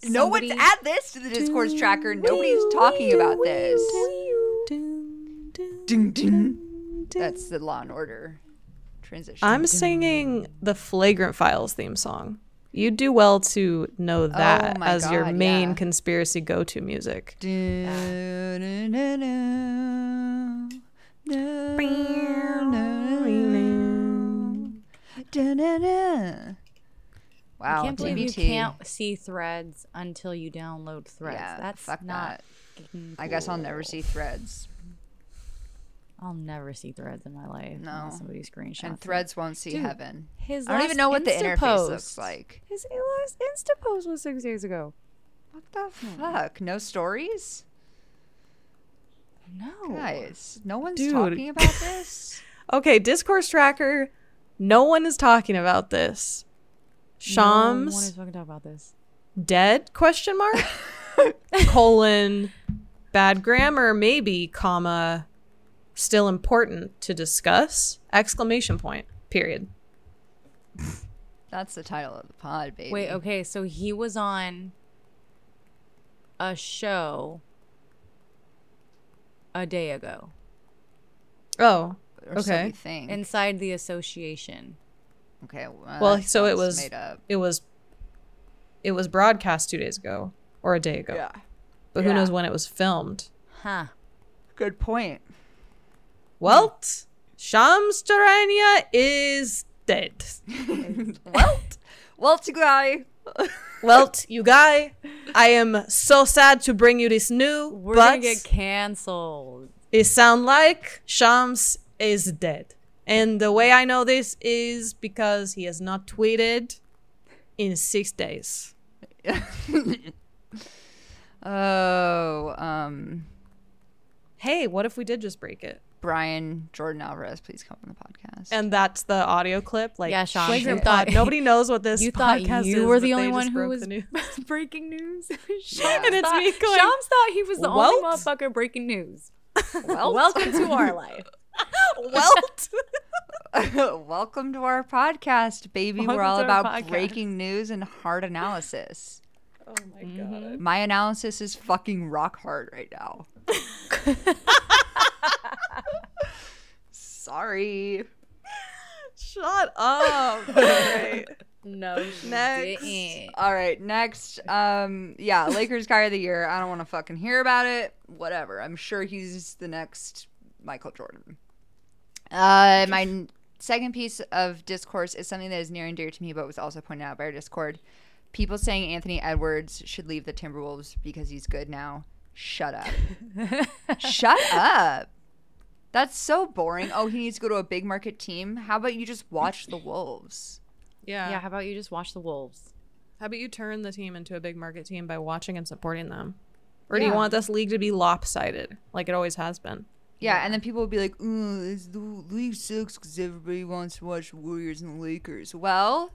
no one's Somebody- at this to the discourse tracker. Nobody's talking about this. Dun, dun. Ding, ding. That's the Law and Order transition. I'm singing the Flagrant Files theme song. You'd do well to know that Oh my as your God, main yeah. conspiracy go-to music. Do-do-do-do. Do-do-do-do. Da-na-na. Wow, I can't believe TBT. you can't see threads until you download threads. Yeah, That's fuck not. that. I guess I'll never see threads, I'll never see threads in my life. No. No. somebody screenshots. and it. threads won't see Dude, heaven. His I don't last even know what the Insta interface post- looks like. His last Insta post was six days ago. What the fuck? No stories, No. guys. No one's Dude. talking <laughs> about this. Okay, discourse tracker. No one is talking about this. No one Shams is fucking talking about this. dead? Question mark. <laughs> colon bad grammar maybe comma still important to discuss exclamation point period That's the title of the pod, baby. Wait, okay, so he was on a show a day ago oh Or so okay. we think. inside the association. okay. well that so it sounds was made up. it was it was broadcast two days ago or a day ago but who Yeah. knows when it was filmed Huh. Good point. well shams Charania is <laughs> dead Welt. Welt guy. well you guy i am so sad to bring you this new We're but gonna get canceled. it sound like Shams is dead. And the way I know this is because he has not tweeted in six days. <laughs> Oh, um, Hey, what if we did just break it? Brian Jordan Alvarez, please come on the podcast. And that's the audio clip. Like, Yeah, Shams, flagrant you thought- pod. nobody knows what this <laughs> You thought podcast is, you were but the they only just one who broke was the <laughs> news. <laughs> breaking <laughs> news. Shams And it's me going, Shams thought he was the only "Welt?" motherfucker breaking <laughs> news. Welt. Welcome to <laughs> our life. Welt. <laughs> Welcome to our podcast, baby. We're Welcome all to our about podcast. breaking news and hard analysis. oh my god. My analysis is fucking rock hard right <laughs> now. <laughs> Sorry. <laughs> Shut <laughs> up. Alright. No, she Next. didn't. <laughs> All right, next. Um, yeah, Lakers guy of the year. I don't want to fucking hear about it. Whatever. I'm sure he's the next Michael Jordan. Uh, my n- second piece of discourse is something that is near and dear to me, but was also pointed out by our Discord. People saying Anthony Edwards should leave the Timberwolves because he's good now. Shut up. Shut up. That's so boring. Oh, he needs to go to a big market team. How about you just watch the Wolves? Yeah. Yeah, how about you just watch the wolves? How about you turn the team into a big market team by watching and supporting them? Or do you Yeah. want this league to be lopsided like it always has been? Yeah, and then people would be like, "Ooh, this the league sucks because everybody wants to watch the Warriors and the Lakers." Well,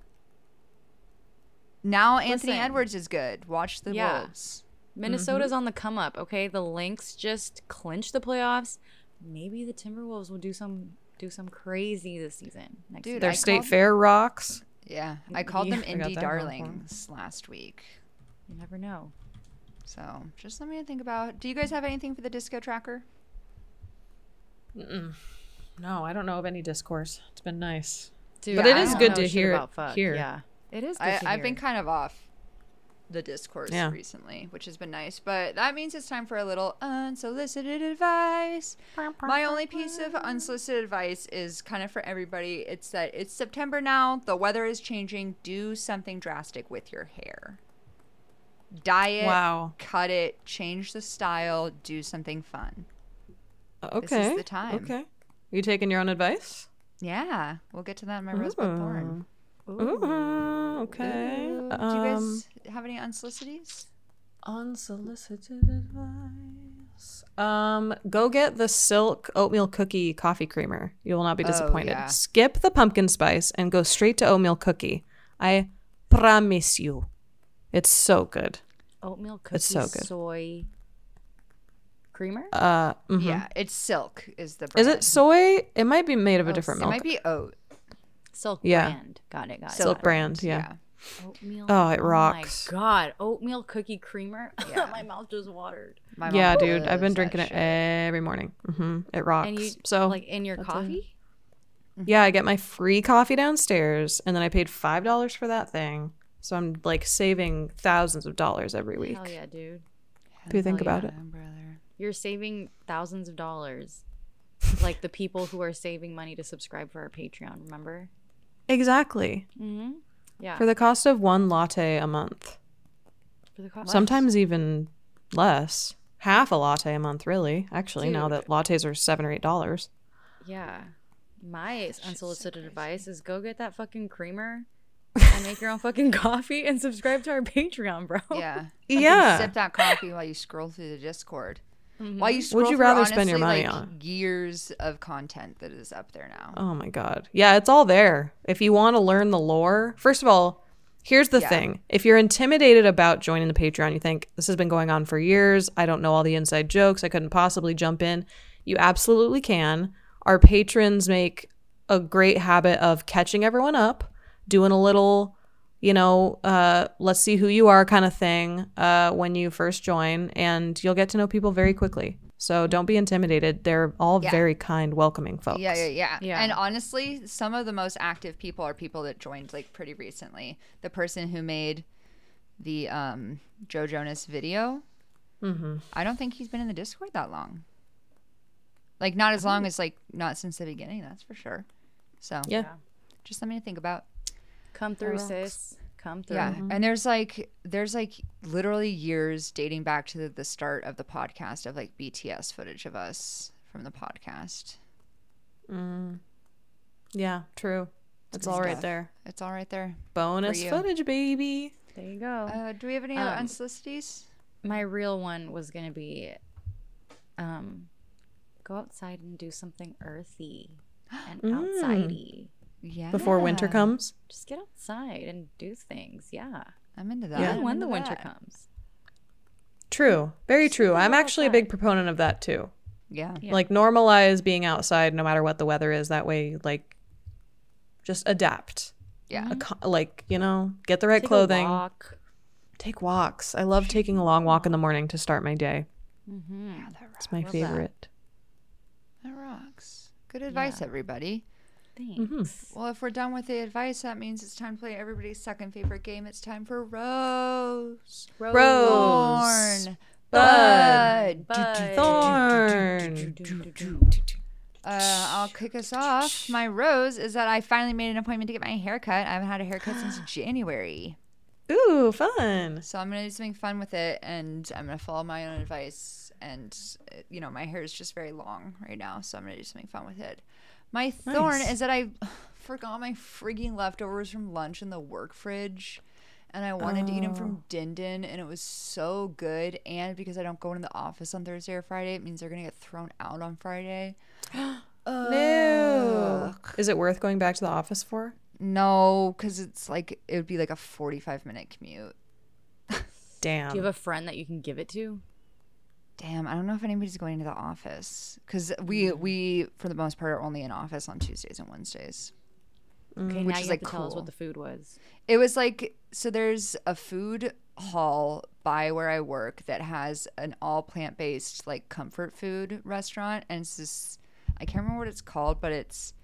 now Anthony Listen. Edwards is good. Watch the Yeah. Wolves. Minnesota's on the come up, okay? The Lynx just clinched the playoffs. Maybe the Timberwolves will do some do some crazy this season. Next Dude, Dude, Their I state called- fair rocks. Yeah, I called Yeah, them I got indie that wrong for darlings last week, you never know. so just something to think about. Do you guys have anything for the disco tracker? No, I don't know of any discourse. It's been nice. Dude, But it I is don't good know to shit hear- about fuck. hear. Yeah, it is. Good I, to I've been hear. kind of off the discourse Yeah. recently, which has been nice. But that means it's time for a little unsolicited advice. My only piece of unsolicited advice is kind of for everybody. It's that it's September now. The weather is changing. Do something drastic with your hair. Dye it, Wow. cut it, change the style, do something fun. Okay. is the time. Okay. You taking your own advice? Yeah, we'll get to that in my Rosebud Thorn. Ooh, okay. Ooh, do you Um, guys have any unsolicities? unsolicited advice. Um, go get the silk oatmeal cookie coffee creamer. You will not be disappointed. Oh, yeah. Skip the pumpkin spice and go straight to oatmeal cookie. I promise you. It's so good. oatmeal cookie It's so good. soy creamer. Uh mhm. Yeah, it's silk is the Is brand. Oh, it soy? It might be made of a different It milk. might be oat. Silk yeah. brand. Got it. Got it. silk brand, yeah. Oatmeal. Oh, it my rocks. god, oatmeal cookie creamer. <laughs> Yeah. my mouth just watered. My mom Yeah, dude, loves I've been that drinking it shit. every morning. hmm It rocks. And you so, like in your coffee? yeah, I get my free coffee downstairs, and then I paid five dollars for that thing. So I'm like saving thousands of dollars every week. Hell yeah, dude. Do you think about it? Yeah, brother. You're saving thousands of dollars. like the people who are saving money to subscribe for our Patreon, remember? Exactly. Mm-hmm. Yeah. For the cost of one latte a month. For the cost. Sometimes even less. Half a latte a month, really, actually, now Dude. that lattes are seven or eight dollars. Yeah. My so unsolicited crazy. advice is go get that fucking creamer and make your own fucking coffee and subscribe to our Patreon, bro. <laughs> Yeah. <laughs> Like, you Yeah. sip that coffee while you scroll through the Discord. Mhm. While you scroll Mm-hmm. you through, rather spend your honestly, money like, on? Years of content that is up there now. Oh my god. Yeah, it's all there. If you want to learn the lore, first of all, here's the Yeah. thing. If you're intimidated about joining the Patreon, you think this has been going on for years, I don't know all the inside jokes, I couldn't possibly jump in. You absolutely can. Our patrons make a great habit of catching everyone up, doing a little you know, uh, let's see who you are kind of thing uh, when you first join, and you'll get to know people very quickly. So don't be intimidated. They're all Yeah. very kind, welcoming folks. Yeah, yeah, yeah, Yeah. And honestly, some of the most active people are people that joined like pretty recently. The person who made the um, Joe Jonas video, Mm-hmm. I don't think he's been in the Discord that long. Like not as long as like not since the beginning, that's for sure. So Yeah. just something to think about. Come through, rocks. sis. Come through. Yeah, and there's like there's like literally years dating back to the, the start of the podcast of like BTS footage of us from the podcast. Mm. Yeah, true. It's good all right stuff. there. It's all right there. Bonus you. footage, baby. There you go. Uh, do we have any other Um, unsolicities? My real one was gonna be, um, go outside and do something earthy and Mm. outsidey. Yeah. Before winter comes. Just get outside and do things. Yeah. I'm into that. Yeah. Even I'm when the into winter that. comes. True. Very true. go I'm actually a big outside. proponent of that too. Yeah. Yeah. Like normalize being outside no matter what the weather is. That way, like, just adapt. Yeah. Aco- like, you know, get the right Take a clothing. walk. Take walks. I love taking a long walk in the morning to start my day. Mm-hmm. Yeah, that It's my rocks. that. favorite. That rocks. Good advice, everybody. Thanks. Well, if we're done with the advice, that means it's time to play everybody's second favorite game. It's time for Rose. Rose. Thorn. Bud. Bud. Bud. Thorn. Uh, I'll kick us off. My rose is that I finally made an appointment to get my hair cut. I haven't had a haircut <gasps> since January. Ooh, fun. So I'm gonna do something fun with it, and I'm gonna follow my own advice. And uh, you know, my hair is just very long right now, so I'm gonna do something fun with it. My thorn Nice. is that I <laughs> forgot my frigging leftovers from lunch in the work fridge, and I wanted to eat them from Din Din, and it was so good. And because I don't go into the office on Thursday or Friday, it means they're gonna get thrown out on Friday. No. Is it worth going back to the office for? No, because it's like it would be like a 45 minute commute. Damn. Do you have a friend that you can give it to? Damn, I don't know if anybody's going to the office because we we for the most part are only in office on Tuesdays and Wednesdays. Okay, Which now is, you like, have to tell us cool. what the food was. It was like so. There's a food hall by where I work that has an all plant based like comfort food restaurant, and it's this I can't remember what it's called, but it's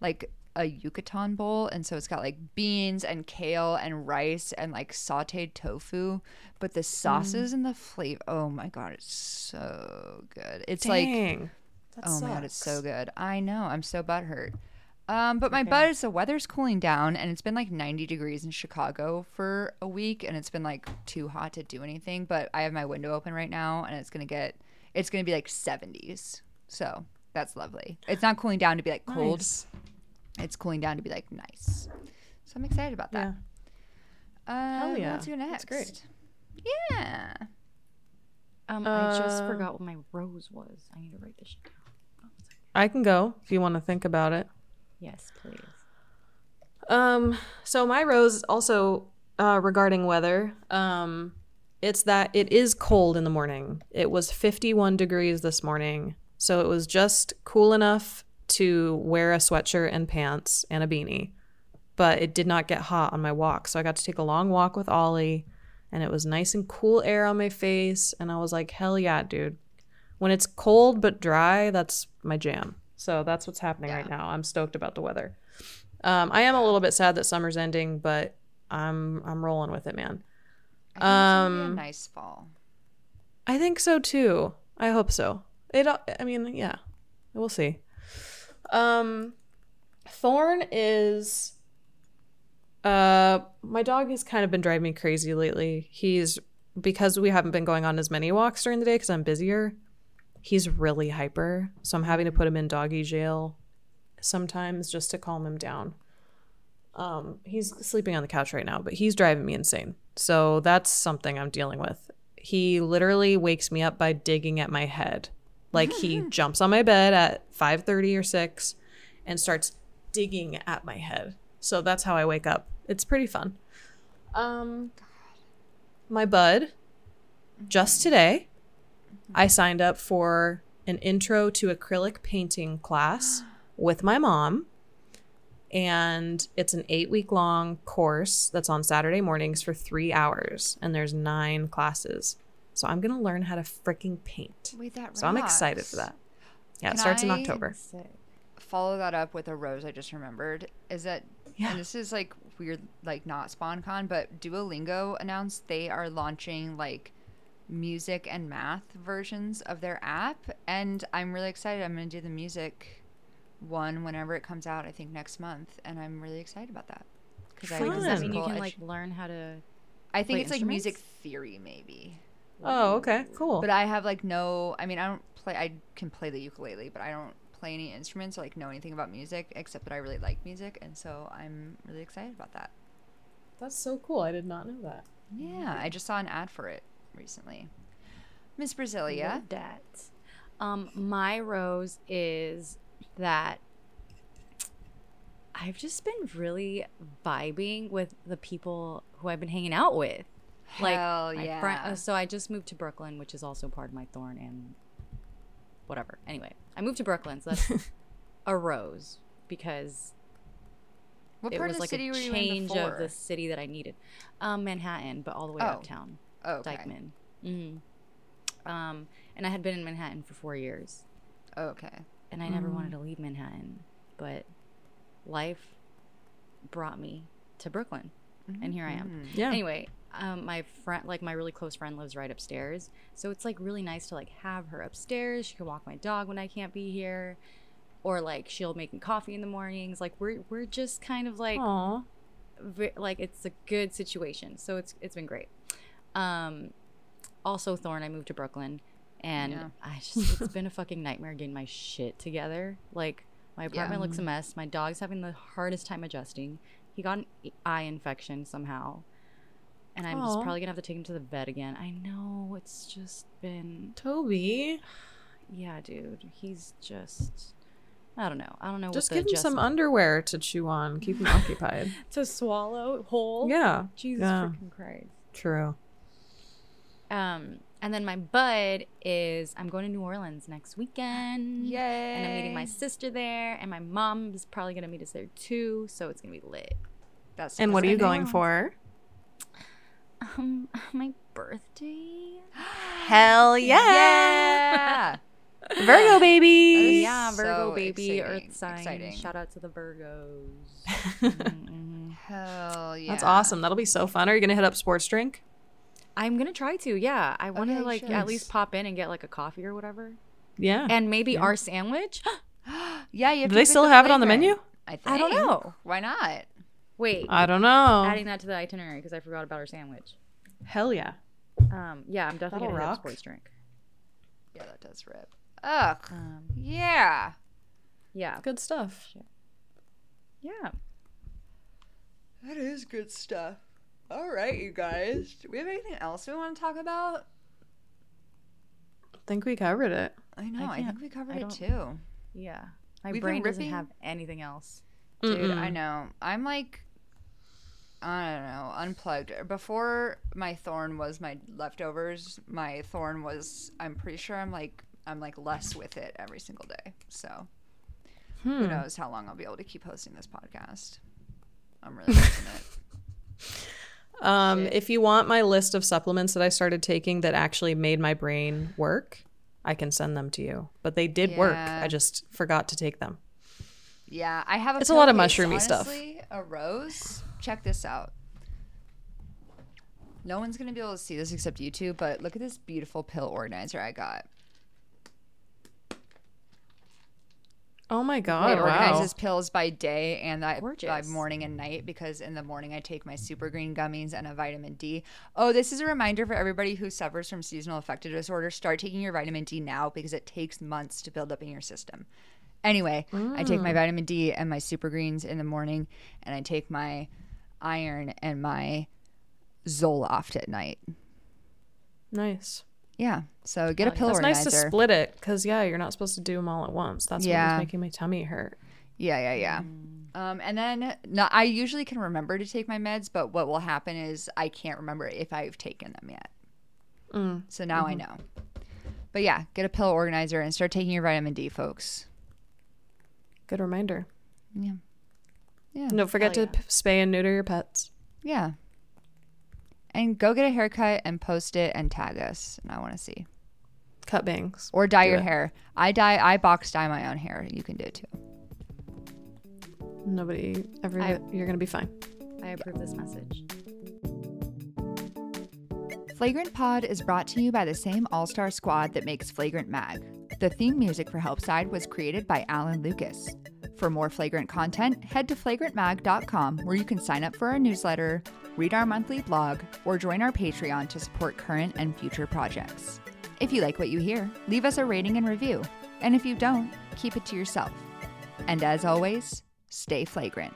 like a Yucatan bowl, and so it's got like beans and kale and rice and like sautéed tofu, but the sauces and the flavor. Oh my god, it's so good. It's like Dang. That Oh my god, it's sucks. so good. I know. I'm so butthurt. Um, but my butt is the weather's cooling down, and it's been like 90 degrees in Chicago for a week, and it's been like too hot to do anything. But I have my window open right now, and it's gonna get, it's gonna be like 70s. So that's lovely. It's not cooling down to be like cold. Nice. It's cooling down to be like nice. So I'm excited about Yeah. that. Uh, Hell yeah. What's your next? That's great. Yeah. Um, I just Um, forgot what my rose was. I need to write this shit down. I can go if you want to think about it. Yes, please. Um, so my rose also uh, regarding weather. Um, it's that it is cold in the morning. It was 51 degrees this morning, so it was just cool enough to wear a sweatshirt and pants and a beanie. But it did not get hot on my walk, so I got to take a long walk with Ollie, and it was nice and cool air on my face, and I was like, hell yeah, dude. When it's cold but dry, that's my jam. So that's what's happening right now. I'm stoked about the weather. Um, I am a little bit sad that summer's ending, but I'm I'm rolling with it, man. I think it's gonna be Um, a nice fall. I think so too. I hope so. It. I mean, yeah, we'll see. Um, Thorn is Uh, my dog has kind of been driving me crazy lately. He's because we haven't been going on as many walks during the day because I'm busier. He's really hyper, so I'm having to put him in doggy jail sometimes just to calm him down. Um, he's sleeping on the couch right now, but he's driving me insane. So that's something I'm dealing with. He literally wakes me up by digging at my head. Like he jumps on my bed at 5:30 or 6 and starts digging at my head. So that's how I wake up. It's pretty fun. Um my bud just today I signed up for an intro to acrylic painting class with my mom. And it's an eight week long course that's on Saturday mornings for three hours. And there's nine classes. So I'm going to learn how to freaking paint. Wait, that So I'm excited for rocks. that. Yeah, Can it starts in I- October. Sick. Follow that up with a rose I just remembered. Is that Yeah. and this is like weird like not SpawnCon, but Duolingo announced they are launching like music and math versions of their app and I'm really excited. I'm gonna do the music one whenever it comes out, I think next month, and I'm really excited about that. Because I Fun. Does that mean you musical can edu- like learn how to? I think play it's like instruments? music theory maybe. Oh, okay. Cool. But I have like no. I mean, I don't play. I can play the ukulele, but I don't play any instruments or like know anything about music except that I really like music, and so I'm really excited about that. That's so cool. I did not know that. Yeah, I just saw an ad for it recently. Miss Yeah. Brasilia. That. Um, my rose is that I've just been really vibing with the people who I've been hanging out with. Like, Hell my Oh, yeah. friend- uh, so I just moved to Brooklyn, which is also part of my thorn and whatever. Anyway, I moved to Brooklyn, <laughs> so that's a rose because What it part of was the like city a were you in change before? of the city that I needed. Um, Manhattan, but all the way Oh. uptown. oh, okay. Dykeman. Mm-hmm. Um, and I had been in Manhattan for four years, Okay. and I Mm-hmm. never wanted to leave Manhattan, but life brought me to Brooklyn, and here I am. Yeah. Anyway, um, my friend, like my really close friend, lives right upstairs, so it's like really nice to like have her upstairs. She can walk my dog when I can't be here, or like she'll make me coffee in the mornings. Like we're we're just kind of like Aw. ve- like it's a good situation. So it's it's been great. Um also Thorn, I moved to Brooklyn and Yeah. I just it's been a fucking nightmare getting my shit together. Like my apartment looks a mess. My dog's having the hardest time adjusting. He got an e- eye infection somehow. And I'm just Aw. probably gonna have to take him to the vet again. I know it's just been Toby, yeah, dude. He's just I don't know. I don't know. just what give the him some adjustment- underwear to chew on. Keep him occupied. to swallow <laughs> whole. Yeah. Jesus Yeah. freaking Christ. True. Um, and then my bud is I'm going to New Orleans next weekend. Yay. And I'm meeting my sister there, and my mom is probably gonna meet us there too, so it's gonna be lit. That's And what are you exciting. going for? Um, <laughs> my birthday. <gasps> Hell Yeah. <laughs> Virgo baby. Oh, yeah, Virgo so baby, exciting, Earth sign. exciting. Shout out to the <laughs> Virgos. <laughs> Mhm. Hell yeah. <laughs> That's awesome. That'll be so fun. Are you gonna hit up Sports Drink? I'm gonna try to. Yeah, I want to Okay, like sure. at least pop in and get like a coffee or <laughs> whatever, Yeah. and maybe our sandwich. <gasps> Yeah, you have to Do they pick still the have it on the flavor. menu? I think. I don't know. Why not? Wait, I don't know. adding that to the itinerary because I forgot about our sandwich. Hell yeah. Um, yeah, I'm definitely That'll gonna hit up rock. sports drink. Yeah, that does rip. Ugh. Um, Yeah. yeah, Good stuff. yeah. That is good stuff. All right, you guys. Do we have anything else we want to talk about? I think we covered it. I know. I, can't- think we covered I it don't- too. Yeah. My We've been brain doesn't ripping- have anything else. Dude, Mm-mm. I know. I'm like, I don't know, unplugged. Before my thorn was my leftovers, my thorn was, I'm pretty sure I'm like, I'm like less with it every single day. So Hmm. who knows how long I'll be able to keep hosting this podcast. I'm really missing it. Um, if you want my list of supplements that I started taking that actually made my brain work, I can send them to you. But they did work. Yeah. I just forgot to take them. Yeah, I have a. It's a lot of pillowcase, mushroomy stuff. honestly, A rose. Check this out. No one's gonna be able to see this except you two, but look at this beautiful pill organizer I got. Oh my It god! Wow. organizes pills by day and that by Gorgeous. morning and night because in the morning I take my super green gummies and a vitamin D. Oh, this is a reminder for everybody who suffers from seasonal affective disorder. Start taking your vitamin D now because it takes months to build up in your system. Anyway, I take Mm. my vitamin D and my super greens in the morning and I take my iron and my Zoloft at night. Nice. Yeah. So get a pill That's nice organizer. to split it because yeah, you're not supposed to do them all at once. That's what Yeah. was making my tummy hurt. Yeah, yeah, yeah. Um, and then no, I usually can remember to take my meds, but what will happen is I can't remember if I've taken them yet. Mm. So now I know. But yeah, get a pill organizer and start taking your vitamin D, folks. Good reminder. Yeah. Yeah. Don't forget Hell to p- spay and neuter your pets. Yeah. And go get a haircut and post it and tag us, and I want to see. Cut bangs. Or dye Do your it. hair. I dye. I box dye my own hair. You can do it too. Nobody. Every. I- you're gonna be fine. I approve this message. Flagrant Pod is brought to you by the same all star squad that makes Flagrant Mag. The theme music for Helpside was created by Alan Lucas. For more flagrant content, head to flagrantmag.com where you can sign up for our newsletter, read our monthly blog, or join our Patreon to support current and future projects. If you like what you hear, leave us a rating and review. And if you don't, keep it to yourself. And as always, stay flagrant.